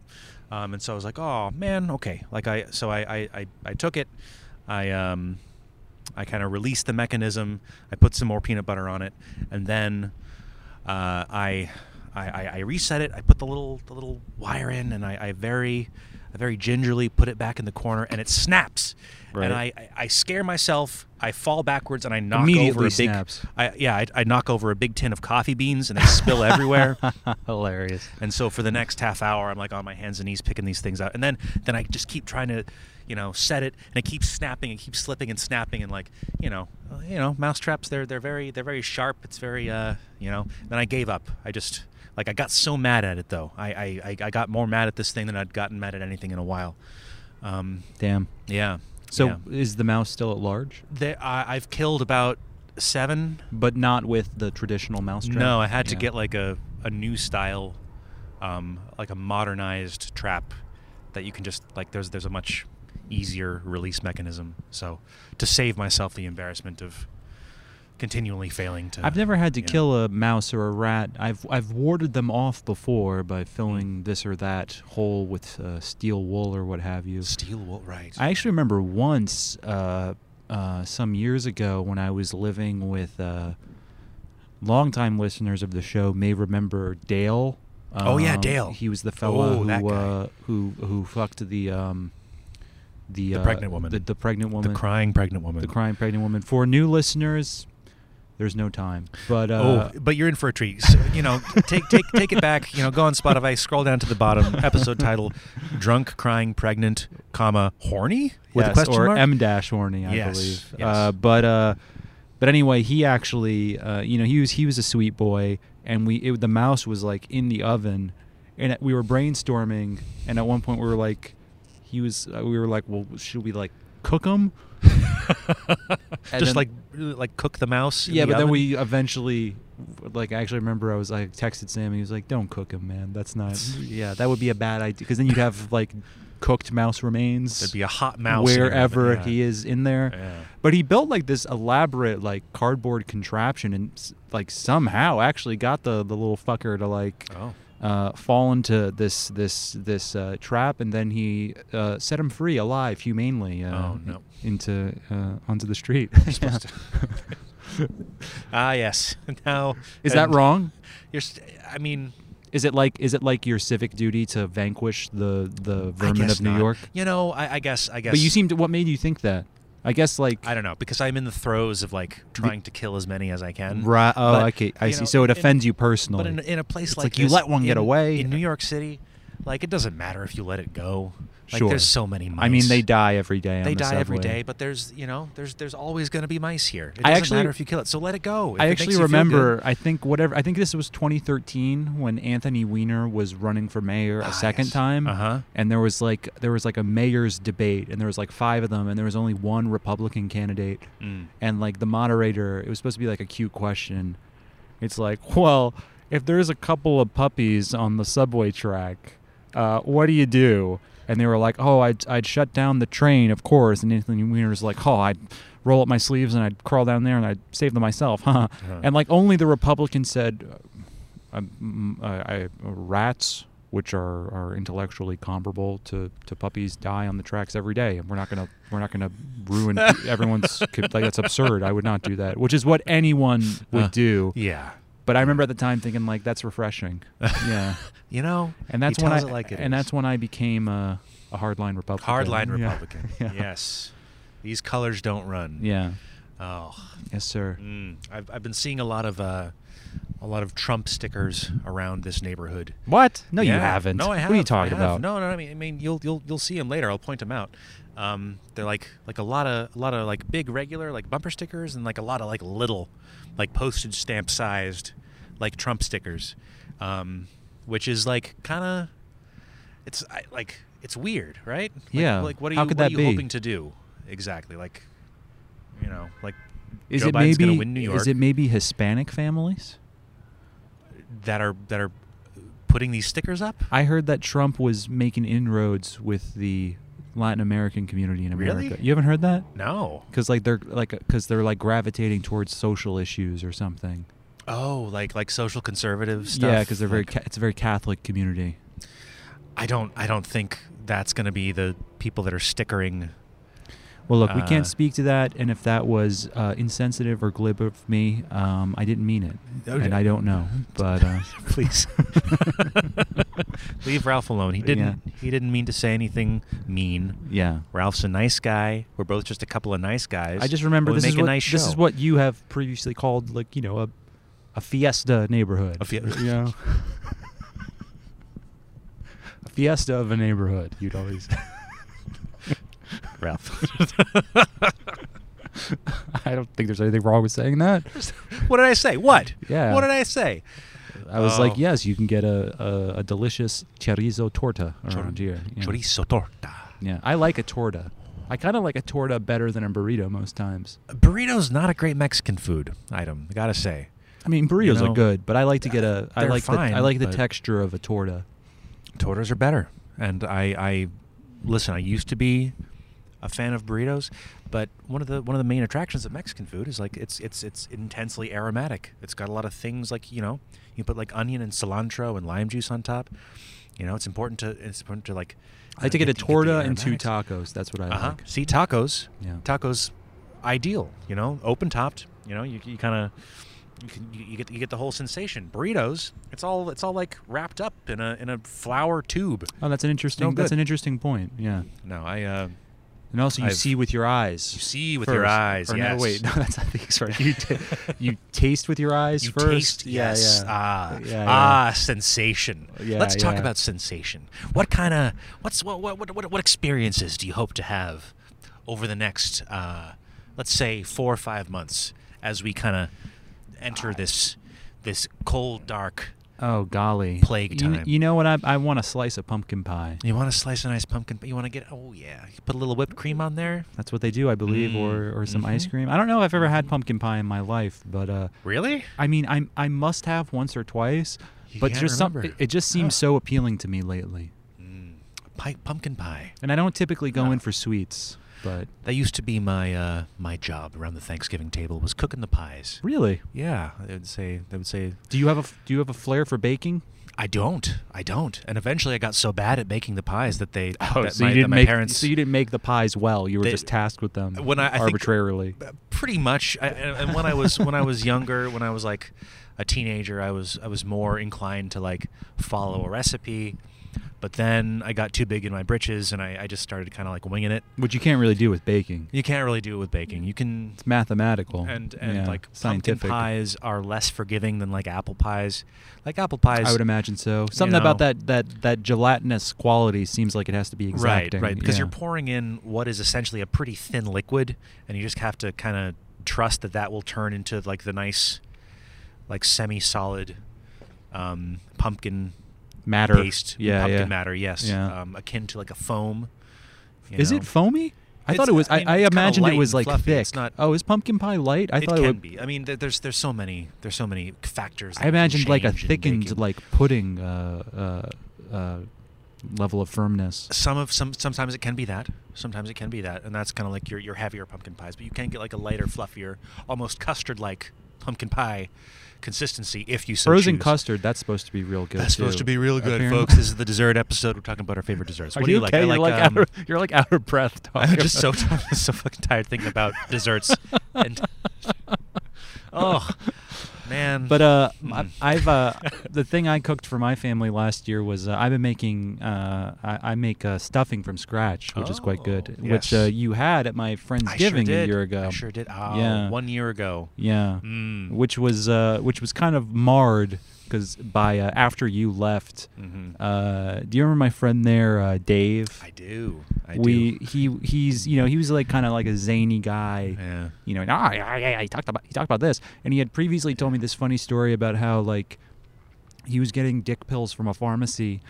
Um, and so I was like, "Oh man, okay." Like I, so I, I, I, I took it. I, um, I kind of released the mechanism. I put some more peanut butter on it, and then uh, I, I, I, I reset it. I put the little the little wire in, and I, I very, I very gingerly put it back in the corner, and it snaps.
Right.
And I, I, I scare myself. I fall backwards, and I knock
Immediately
over a big.
snaps.
I, yeah, I, I knock over a big tin of coffee beans, and they spill everywhere.
Hilarious.
And so for the next half hour, I'm like on my hands and knees picking these things out. And then then I just keep trying to, you know, set it, and it keeps snapping and keeps slipping and snapping and like, you know, uh, you know, mouse traps. They're they're very they're very sharp. It's very uh, you know. Then I gave up. I just like I got so mad at it though. I I I, I got more mad at this thing than I'd gotten mad at anything in a while. Um,
Damn.
yeah.
So
yeah.
is the mouse still at large?
uh, There- I, I've killed about seven
But not with the traditional mousetrap.
No, I had to
Yeah.
get like a, a new style, um, like a modernized trap that you can just like. There's there's a much easier release mechanism. So to save myself the embarrassment of continually failing to.
I've never had to
you know.
kill a mouse or a rat. I've I've warded them off before by
Mm.
filling this or that hole with uh, steel wool or what have you.
steel wool, right?
I actually remember once, uh, uh, some years ago, when I was living with uh, longtime listeners of the show may remember Dale.
Oh, yeah,
Um,
Dale.
He was the fella
Oh,
who,
that guy.
Uh, who who fucked the um, the,
The
uh,
pregnant woman.
the, the pregnant
the
woman,
crying pregnant woman.
the crying pregnant woman. For new listeners, there's no time, but uh,
oh, but you're in for a treat. So, you know, take take take it back. You know, go on Spotify, scroll down to the bottom. Episode title: "Drunk, Crying, Pregnant, comma Horny?" With a
Yes,
question
or
mark.
M dash horny, I
Yes,
believe.
yes.
Uh, but uh, but anyway, he actually, uh, you know, he was he was a sweet boy, and we it, the mouse was like in the oven, and we were brainstorming, and at one point we were like, he was, uh, we were like, well, should we like cook him? And then-
just like like cook the mouse. in
yeah, but
the
then
oven?
we eventually, like, I actually remember I was like texted Sam, and he was like, don't cook him, man. That's not, yeah, that would be a bad idea, because then you'd have like cooked mouse remains.
there'd be a hot mouse in your oven,
wherever
yeah.
he is in there.
Yeah.
But he built like this elaborate like cardboard contraption and s- like somehow actually got the the little fucker to like
Oh.
uh, fall into this this this uh, trap and then he uh, set him free alive humanely. Uh,
Oh, no.
Into uh, onto the street.
supposed
Yeah.
Ah yes. Now
Is that
and
wrong?
You're. St- I mean,
Is it like is it like your civic duty to vanquish the the
I
vermin
guess
of New
not.
York?
You know, I, I guess. I guess.
But you seem to. What made you think that? I guess like
I don't know because I'm in the throes of like trying to kill as many as I can.
Right. Oh,
But,
okay. I
you
see.
know,
so it
in-
offends you personally.
But in, in a place
It's
like,
like you
this,
let one get
in-
away.
in New York City, like it doesn't matter if you let it go. Like
Sure.
there's so many mice.
I mean, they die every day. On
They
the
die every
subway.
day, but there's you know there's there's always going to be mice here. It
I
doesn't
actually-
matter if you kill it, so let it go. Oh, If
I
it makes
actually
you feel good.
remember. I think whatever. I think this was 2013 when Anthony Weiner was running for mayor a
Ah,
second
yes.
time.
Uh-huh.
And there was like there was like a mayor's debate, and there was like five of them, and there was only one Republican candidate.
Mm.
And like the moderator, it was supposed to be like a cute question. It's like, well, if there's a couple of puppies on the subway track, uh, what do you do? And they were like, oh, I'd, I'd shut down the train, of course. And Anthony Weiner's like, oh, I'd roll up my sleeves and I'd crawl down there and I'd save them myself, huh?
Huh.
And like only the Republican said, uh, um, mm, I, I, rats, which are, are intellectually comparable to, to puppies, die on the tracks every day. We're not gonna we're not gonna ruin everyone's co- like that's absurd. I would not do that, which is what anyone would
Uh,
do.
Yeah.
But I remember at the time thinking like that's refreshing. Yeah.
You know,
And that's
he
when I
tells it like it
and
is.
that's when I became a, a hardline Republican.
hardline
Yeah.
Republican.
Yeah.
Yes, these colors don't run.
Yeah.
Oh,
Yes, sir.
mm. I've I've been seeing a lot of uh, a lot of Trump stickers around this neighborhood.
What? No, you
Yeah.
haven't.
No, I have.
What are you
I
talking
have.
about?
No, no. I mean, I mean, you'll you'll you'll see them later. I'll point them out. Um, they're like like a lot of a lot of like big regular like bumper stickers and like a lot of like little like postage stamp sized like Trump stickers, um, which is like kind of it's I, like it's weird, right? Like,
Yeah.
Like what are
How
you
could
what
that
are you
be?
hoping to do exactly? Like you know like
Is
Joe
it
Biden's
maybe
gonna win New York
is it maybe Hispanic families?
that are that are putting these stickers up?
I heard that Trump was making inroads with the Latin American community in America.
Really?
You haven't heard that?
no.
Because like they're like because they're like gravitating towards social issues or something.
Oh, like like social conservative
Yeah,
stuff.
Yeah, because they're very
like-
ca- it's a very Catholic community.
I don't. I don't think that's going to be the people that are stickering.
Well, look, we
Uh,
can't speak to that, and if that was uh, insensitive or glib of me, um, I didn't mean it,
Oh,
and
yeah.
I don't know. But uh,
Please leave Ralph alone. He didn't.
Yeah.
He didn't mean to say anything mean.
yeah,
Ralph's a nice guy. We're both just a couple of nice guys.
I just remember
and we
this is
make a
what
nice
this is
show.
what you have previously called like you know a a fiesta neighborhood.
A fie-
yeah. a fiesta of a neighborhood. You'd always.
Ralph.
I don't think there's anything wrong with saying that.
what did I say? What?
Yeah.
What did I say?
I was like,
Oh.
yes, you can get a, a, a delicious chorizo torta around here. Yeah.
Chorizo torta.
Yeah, I like a torta. I kind of like a torta better than a burrito most times.
A burrito's not a great Mexican food item. I gotta say.
I mean, burritos
know, Uh,
are good, but I like to get a. I
they're
like
fine,
the I like the
but-
texture of a torta.
tortas are better. And I, I listen. I used to be a fan of burritos, but one of the one of the main attractions of Mexican food is like it's it's it's intensely aromatic. It's got a lot of things like you know you put like onion and cilantro and lime juice on top. You know, it's important to it's important to like.
I like to get a torta and two tacos. That's what I
Uh huh.
like.
See tacos.
Yeah.
Tacos, ideal. You know, open topped. You know, you, you kind of. You, can, you, you get you get the whole sensation. Burritos, it's all it's all like wrapped up in a in a flour tube.
Oh, that's an interesting.
No
that's
good.
an interesting point. Yeah,
No, I. Uh,
and also you
I've-
see with your eyes.
you see with your
first.
eyes.
Or
yes.
No, wait, no, that's not the right. You ta you taste with your eyes
You
first.
taste. Yes. Ah.
Yeah,
Ah. Sensation.
Yeah,
Let's talk
yeah.
about sensation. What kind of what's what what, what what experiences do you hope to have over the next uh, let's say four or five months as we kind of enter this this cold dark.
Oh golly.
Plague
You,
time.
you know what? I I want a slice of pumpkin pie.
You want to slice a nice pumpkin, but you want to get oh yeah, you put a little whipped cream on there.
That's what they do, I believe,
Mm,
or or some ice
mhm.
cream. I don't know if I've ever had pumpkin pie in my life, but uh,
Really?
I mean, I I must have once or twice.
You
but
can't
just some, it,
remember.
it just
Huh.
seems so appealing to me lately,
Mm. Pi- pumpkin pie.
and I don't typically go
Huh.
in for sweets, but
That used to be my uh, my job around the Thanksgiving table was cooking the pies.
really,
Yeah, they would say they would say
do you have a f- do you have a flair for baking?
I don't, I don't. And eventually, I got so bad at making the pies that they that
Oh, so
my,
you
that
didn't
Oh, my
make
parents
so you didn't make the pies well. You were
They-
just tasked with them
When I- I think-
arbitrarily.
pretty much. I, and and when I was when I was younger, when I was like a teenager, I was I was more inclined to like follow a recipe, But then I got too big in my britches, and I, I just started kind of like winging it.
Which you can't really do with baking.
You can't really do it with baking. You can
It's mathematical
and and
Yeah,
like
scientific.
pumpkin pies are less forgiving than like apple pies. Like apple pies,
I would imagine so.
you
Something about
know.
that that that gelatinous quality seems like it has to be exacting.
Right, right. Because
yeah.
you're pouring in what is essentially a pretty thin liquid, and you just have to kind of trust that that will turn into like the nice, like semi-solid um, pumpkin
matter
paste,
Yeah,
pumpkin
yeah.
matter. Yes,
Yeah.
um, akin to like a foam. you
Is
know.
it foamy? I thought
It's-
it was.
I
I,
mean,
I
it's kinda
imagined
light
it was
and
like
fluffy.
thick.
It's not-
oh, is pumpkin pie light? I
it
thought
can
it would
be. I mean, there- there's there's so many there's so many factors. that
I
you can
imagined like a
change in
thickened
baking.
like pudding uh, uh, uh, level of firmness.
some of some sometimes it can be that sometimes it can be that and that's kind of like your your heavier pumpkin pies but you can get like a lighter fluffier almost custard like pumpkin pie consistency if you so
Frozen
choose.
custard. That's supposed to be real good.
that's supposed
too,
to be real good
apparently.
folks this is the dessert episode we're talking about our favorite desserts
Are
what
you,
do you
okay?
like, I
you're
like,
like
um,
out of, you're like out of breath.
I'm
talking
just so
about-
tired, so fucking tired thinking about desserts and oh man
But uh, I-
Mm.
I've uh, the thing I cooked for my family last year was uh, I've been making uh, I, I make uh, stuffing from scratch, which is quite good.
Oh,
Which
yes.
uh, you had at my friend's
I sure
giving a
did.
year ago.
I sure did oh,
Yeah.
one year ago
Yeah.
Mm.
Which was uh, which was kind of marred because by uh, after you left.
Mhm.
Uh, do you remember my friend there, uh, Dave?
I do I
we
do
he he's you know he was like kind of like a zany guy
Yeah.
you know and, ah, yeah, yeah, yeah, he talked about he talked about this and he had previously told me this funny story about how like he was getting dick pills from a pharmacy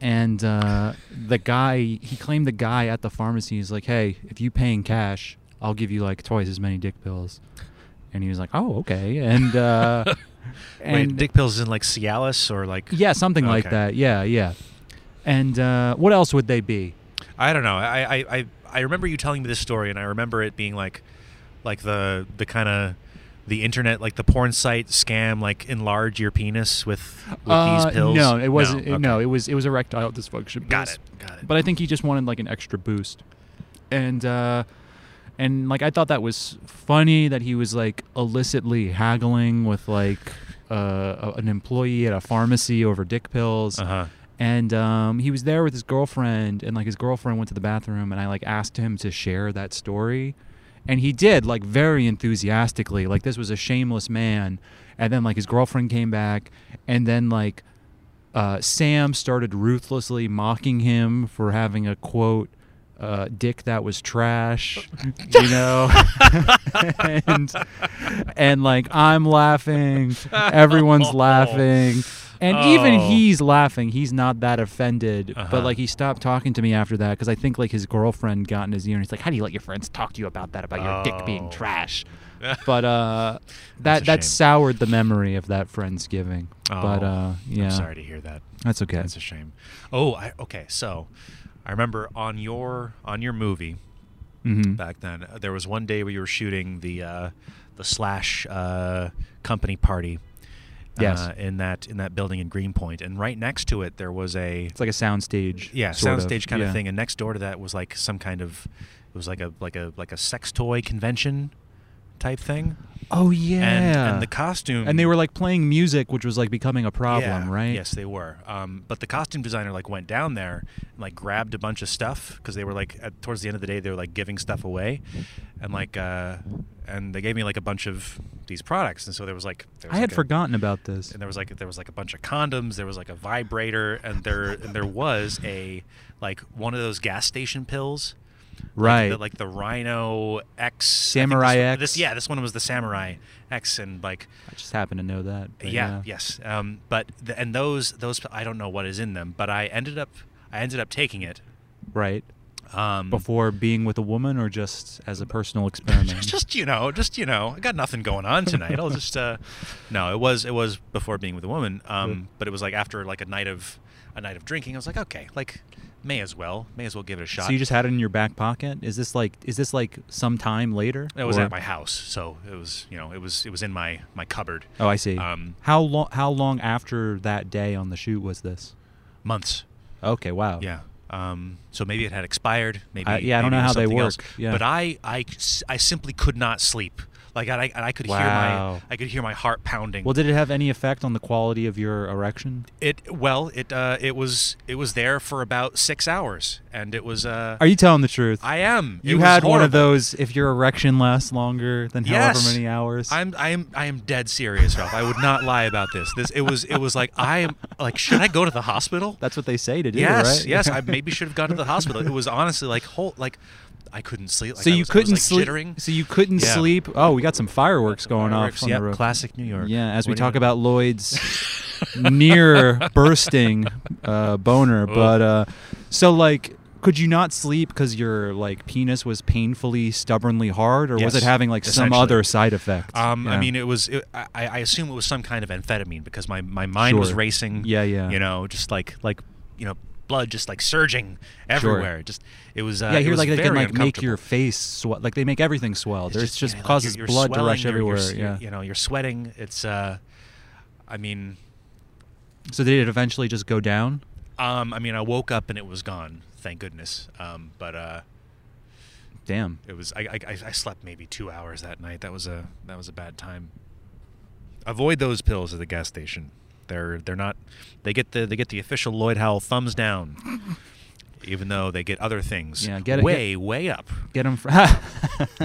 and uh, the guy he claimed the guy at the pharmacy is like hey if you pay in cash i'll give you like twice as many dick pills and he was like oh okay and uh
Wait, dick pills in like Cialis or like
yeah something like
Okay.
that yeah yeah and uh, what else would they be
I don't know. I, I I I remember you telling me this story, and I remember it being like like the the kind of the internet like the porn site scam like enlarge your penis with, with
Uh,
these pills.
No, it wasn't. it- No,
okay.
it was it was erectile dysfunction.
Got
pills.
it, got it.
But I think he just wanted like an extra boost, and uh, and like I thought that was funny that he was like illicitly haggling with like uh, a- an employee at a pharmacy over dick pills.
Uh-huh.
And um, he was there with his girlfriend, and like his girlfriend went to the bathroom, and I like asked him to share that story, and he did like very enthusiastically, like this was a shameless man. And then like his girlfriend came back, and then like uh, Sam started ruthlessly mocking him for having a quote. Uh, dick that was trash you know and and like i'm laughing everyone's laughing and even
Oh.
he he's laughing. He's not that offended,
Uh-huh.
but like he stopped talking to me after that because I think like his girlfriend got in his ear and he's like, "How do you let your friends talk to you about that? About your dick
Oh.
being trash." But uh,
That's a
that that
shame.
soured the memory of that friendsgiving. But
Oh,
uh, yeah,
I'm sorry to hear that.
That's okay.
That's a shame. Oh, I, okay. So, I remember on your on your movie
Mhm.
back then, uh, there was one day where you were shooting the uh, the slash uh, company party.
Yes.
Uh, in that in that building in Greenpoint, and right next to it there was a
It's like a soundstage.
yeah
sort
soundstage kind
yeah.
of thing, and next door to that was like some kind of it was like a like a like a sex toy convention type thing.
Oh yeah,
and the costume-
and they were like playing music, which was like becoming a problem,
Yeah,
right?
Yes, they were. Um, but the costume designer like went down there and like grabbed a bunch of stuff because they were like at, towards the end of the day they were like giving stuff away, and like uh, and they gave me like a bunch of these products, and so there was like there was,
I had
like, a-
forgotten about this.
and there was like there was like a bunch of condoms, there was like a vibrator, and there and there was a like one of those gas station pills. like
Right.
the- Like the, Rhino X I think
Samurai
this,
X.
This yeah, this one was the Samurai X and like
I just happened to know that. but
yeah, yes. Um, but the, and those those I don't know what is in them, but I ended up I ended up taking it.
Right.
Um,
before being with a woman or just as a personal experiment?
just you know, just you know, I got nothing going on tonight. I'll just uh, no. It was it was before being with a woman. Um, but it was like after like a night of a night of drinking. I was like, okay, like may as well, may as well give it a shot.
so you just had it in your back pocket? Is this like is this like some time later?
it was
or-
at my house, so it was you know it was it was in my my cupboard.
Oh, I see.
Um,
how long how long after that day on the shoot was this?
months.
Okay, wow.
Yeah. Um, so maybe it had expired. Maybe
I- yeah, I don't
maybe
know
it was
how they
something else.
work, yeah.
But I, I, I simply could not sleep. Like and I, and I could hear
Wow.
my I could hear my heart pounding.
Well, did it have any effect on the quality of your erection?
it well it uh, it was it was there for about six hours, and it was. Uh,
Are you telling the truth?
I am. It
you
was
had one of
horrible.
those. If your erection lasts longer than
Yes.
however many hours,
I'm I'm I am dead serious, Ralph. I would not lie about this. This it was it was like I am like should I go to the hospital?
that's what they say to do,
yes,
right?
yes. I maybe should have gone to the hospital. It was honestly like whole like I couldn't sleep. Like
so
I
you
was- I was,
couldn't
like,
sleep.
jittering.
So you couldn't
Yeah.
sleep. Oh, we got some fireworks going
Fireworks,
off on
yep,
the roof.
classic New York.
Yeah, as we
What do you
talk
know?
about Lloyd's near bursting uh, boner,
Oh.
but uh, so like, could you not sleep because your like penis was painfully, stubbornly hard, or was it
Yes,
having like some
essentially.
other side effect?
Um, I
Yeah.
mean, it was. It, I, I assume it was some kind of amphetamine because my, my mind was
Sure.
racing.
Yeah, yeah.
You know, just like like you know, blood just like surging everywhere. Just it was. Uh,
yeah,
it
here
was
like they can
very
like make your
uncomfortable.
face swell. Like they make everything swell.
It's
There's just,
you know, like,
causes
you're- you're
blood to rush
swelling, you're-
everywhere.
you're s-
yeah.
you know, you're sweating. It's. Uh, I mean,
So did it eventually just go down?
um, I mean, I woke up and it was gone. Thank goodness. Um, but uh,
Damn.
it was. I, I I I slept maybe two hours that night. That was a that was a bad time. Avoid those pills at the gas station. They're they're not. They get the they get the official Lloyd Howell thumbs down, even though they get other things.
Yeah, get it-
way way up.
Get them from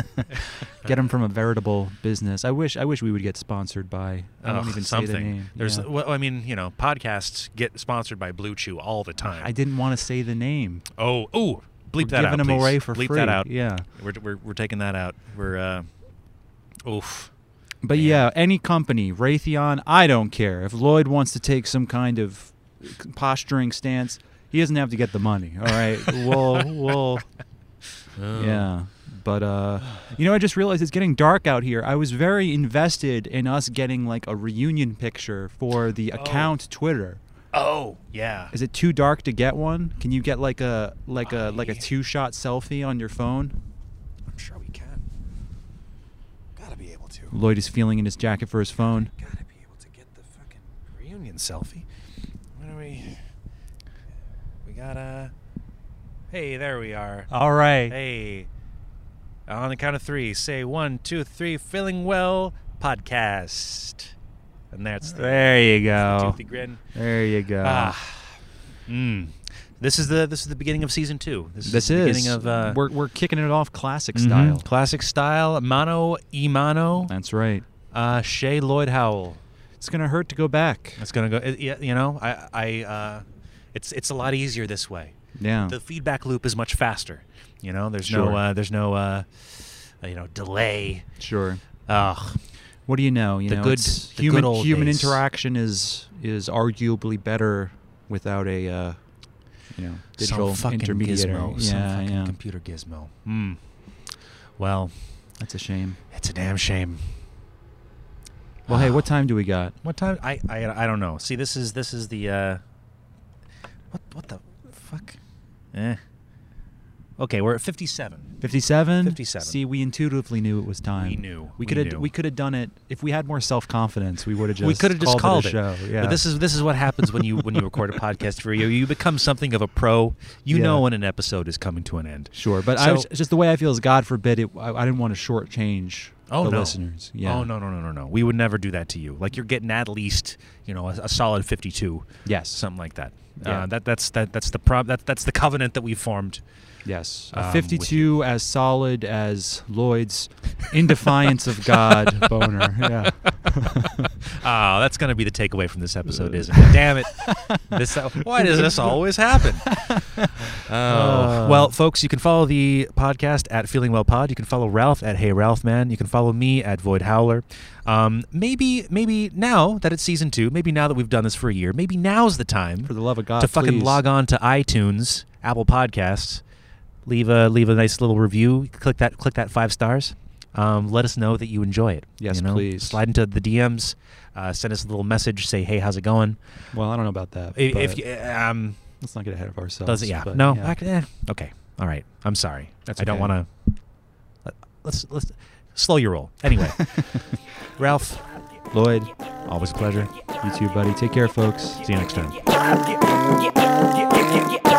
get 'em from a veritable business. I wish I wish we would get sponsored by. I
Ugh,
won't even
something.
say the name.
There's
Yeah.
well, I mean, you know, podcasts get sponsored by Blue Chew all the time.
I didn't want to say the name.
Oh, ooh, bleep
We're
that out.
giving 'em
please.
away for
bleep
free,
that out.
yeah.
we're, we're, we're taking that out. We're uh, oof.
But
Man.
yeah, any company, Raytheon, I don't care. If Lloyd wants to take some kind of posturing stance, he doesn't have to get the money. All right, we'll we'll
Oh.
yeah. But uh, you know, I just realized it's getting dark out here. I was very invested in us getting like a reunion picture for the account Twitter.
Oh yeah.
Is it too dark to get one? Can you get like a like a like a
I-
two-shot selfie on your phone?
I'm sure we can. Gotta be able to.
Lloyd is feeling in his jacket for his phone.
Gotta be able to get the fucking
reunion selfie. What do we? We got a. Hey, there we are.
All right.
Hey. On the count of three, say one, two, three. Feeling well podcast, and that's the,
There you
that's the
go.
toothy grin.
There you go.
Ah. Mm. This is the this is the beginning of season two. This,
this
is the
is
beginning of uh,
we're we're kicking it off classic
mhm,
style.
classic style, mano e mano.
That's right.
Uh, Shay Lloyd Howell.
It's gonna hurt to go back.
It's gonna go. It, yeah, you know, I I uh, it's it's a lot easier this way.
Yeah.
The feedback loop is much faster. You know, there's no
Sure.
uh, there's no uh, uh, you know delay.
sure.
Ugh.
What do you know? You
The
know,
good-
it's
the
human
good old
human
days.
interaction is is arguably better without a uh, you know digital
some fucking
intermediary.
Gizmo,
yeah,
some fucking
yeah.
computer gizmo. Hmm. Well,
That's a shame.
it's a damn shame. Ah.
Well, hey, what time do we got?
What time? I, I I don't know. See, this is this is the uh, what what the fuck? Eh. Okay, we're at fifty-seven.
57?
57.
See, we intuitively knew it was time.
We knew.
We
We
could have
knew.
we could have done it if we had more self-confidence. We would have just
we could have just called it.
it a show. Yeah.
But this is this is what happens when you when you record a podcast for you. You become something of a pro. You
Yeah.
know when an episode is coming to an end.
Sure, but I
So-
was, just the way I feel is God forbid it. I, I didn't want to shortchange
Oh
the
no.
listeners. Yeah.
Oh no no no no no. We would never do that to you. Like you're getting at least you know a, a solid fifty-two.
Yes.
Something like that.
Yeah.
Uh, that that's that that's the prob that that's the covenant that we've formed.
Yes. A
Um, with
52 as solid as Lloyd's in defiance of God boner. Yeah.
Ah, that's going to be the takeaway from this episode, isn't it? Damn it! This, uh, why does this always happen? Oh.
Uh.
well, folks, you can follow the podcast at Feeling Well Pod. You can follow Ralph at Hey Ralph Man. You can follow me at Void Howler. Um, maybe, maybe now that it's season two, maybe now that we've done this for a year, maybe now's the time
For the love of God,
to fucking
Uh, please.
log on to iTunes, Apple Podcasts, leave a leave a nice little review. Click that click that five stars. Um, let us know that you enjoy it.
Yes,
you know?
please.
Slide into the DMs. Uh, send us a little message. Say, hey, how's it going?
Well, I don't know about that.
If, if
but
you, um,
let's not get ahead of ourselves.
does it? Yeah.
but
no. I c- eh, okay. All right. I'm sorry.
That's
I don't
okay.
want to. Let's let's slow your roll. Anyway, Ralph,
Lloyd,
always a pleasure.
you too, buddy. Take care, folks.
See you next time.
yeah, yeah, yeah, yeah, yeah, yeah, yeah.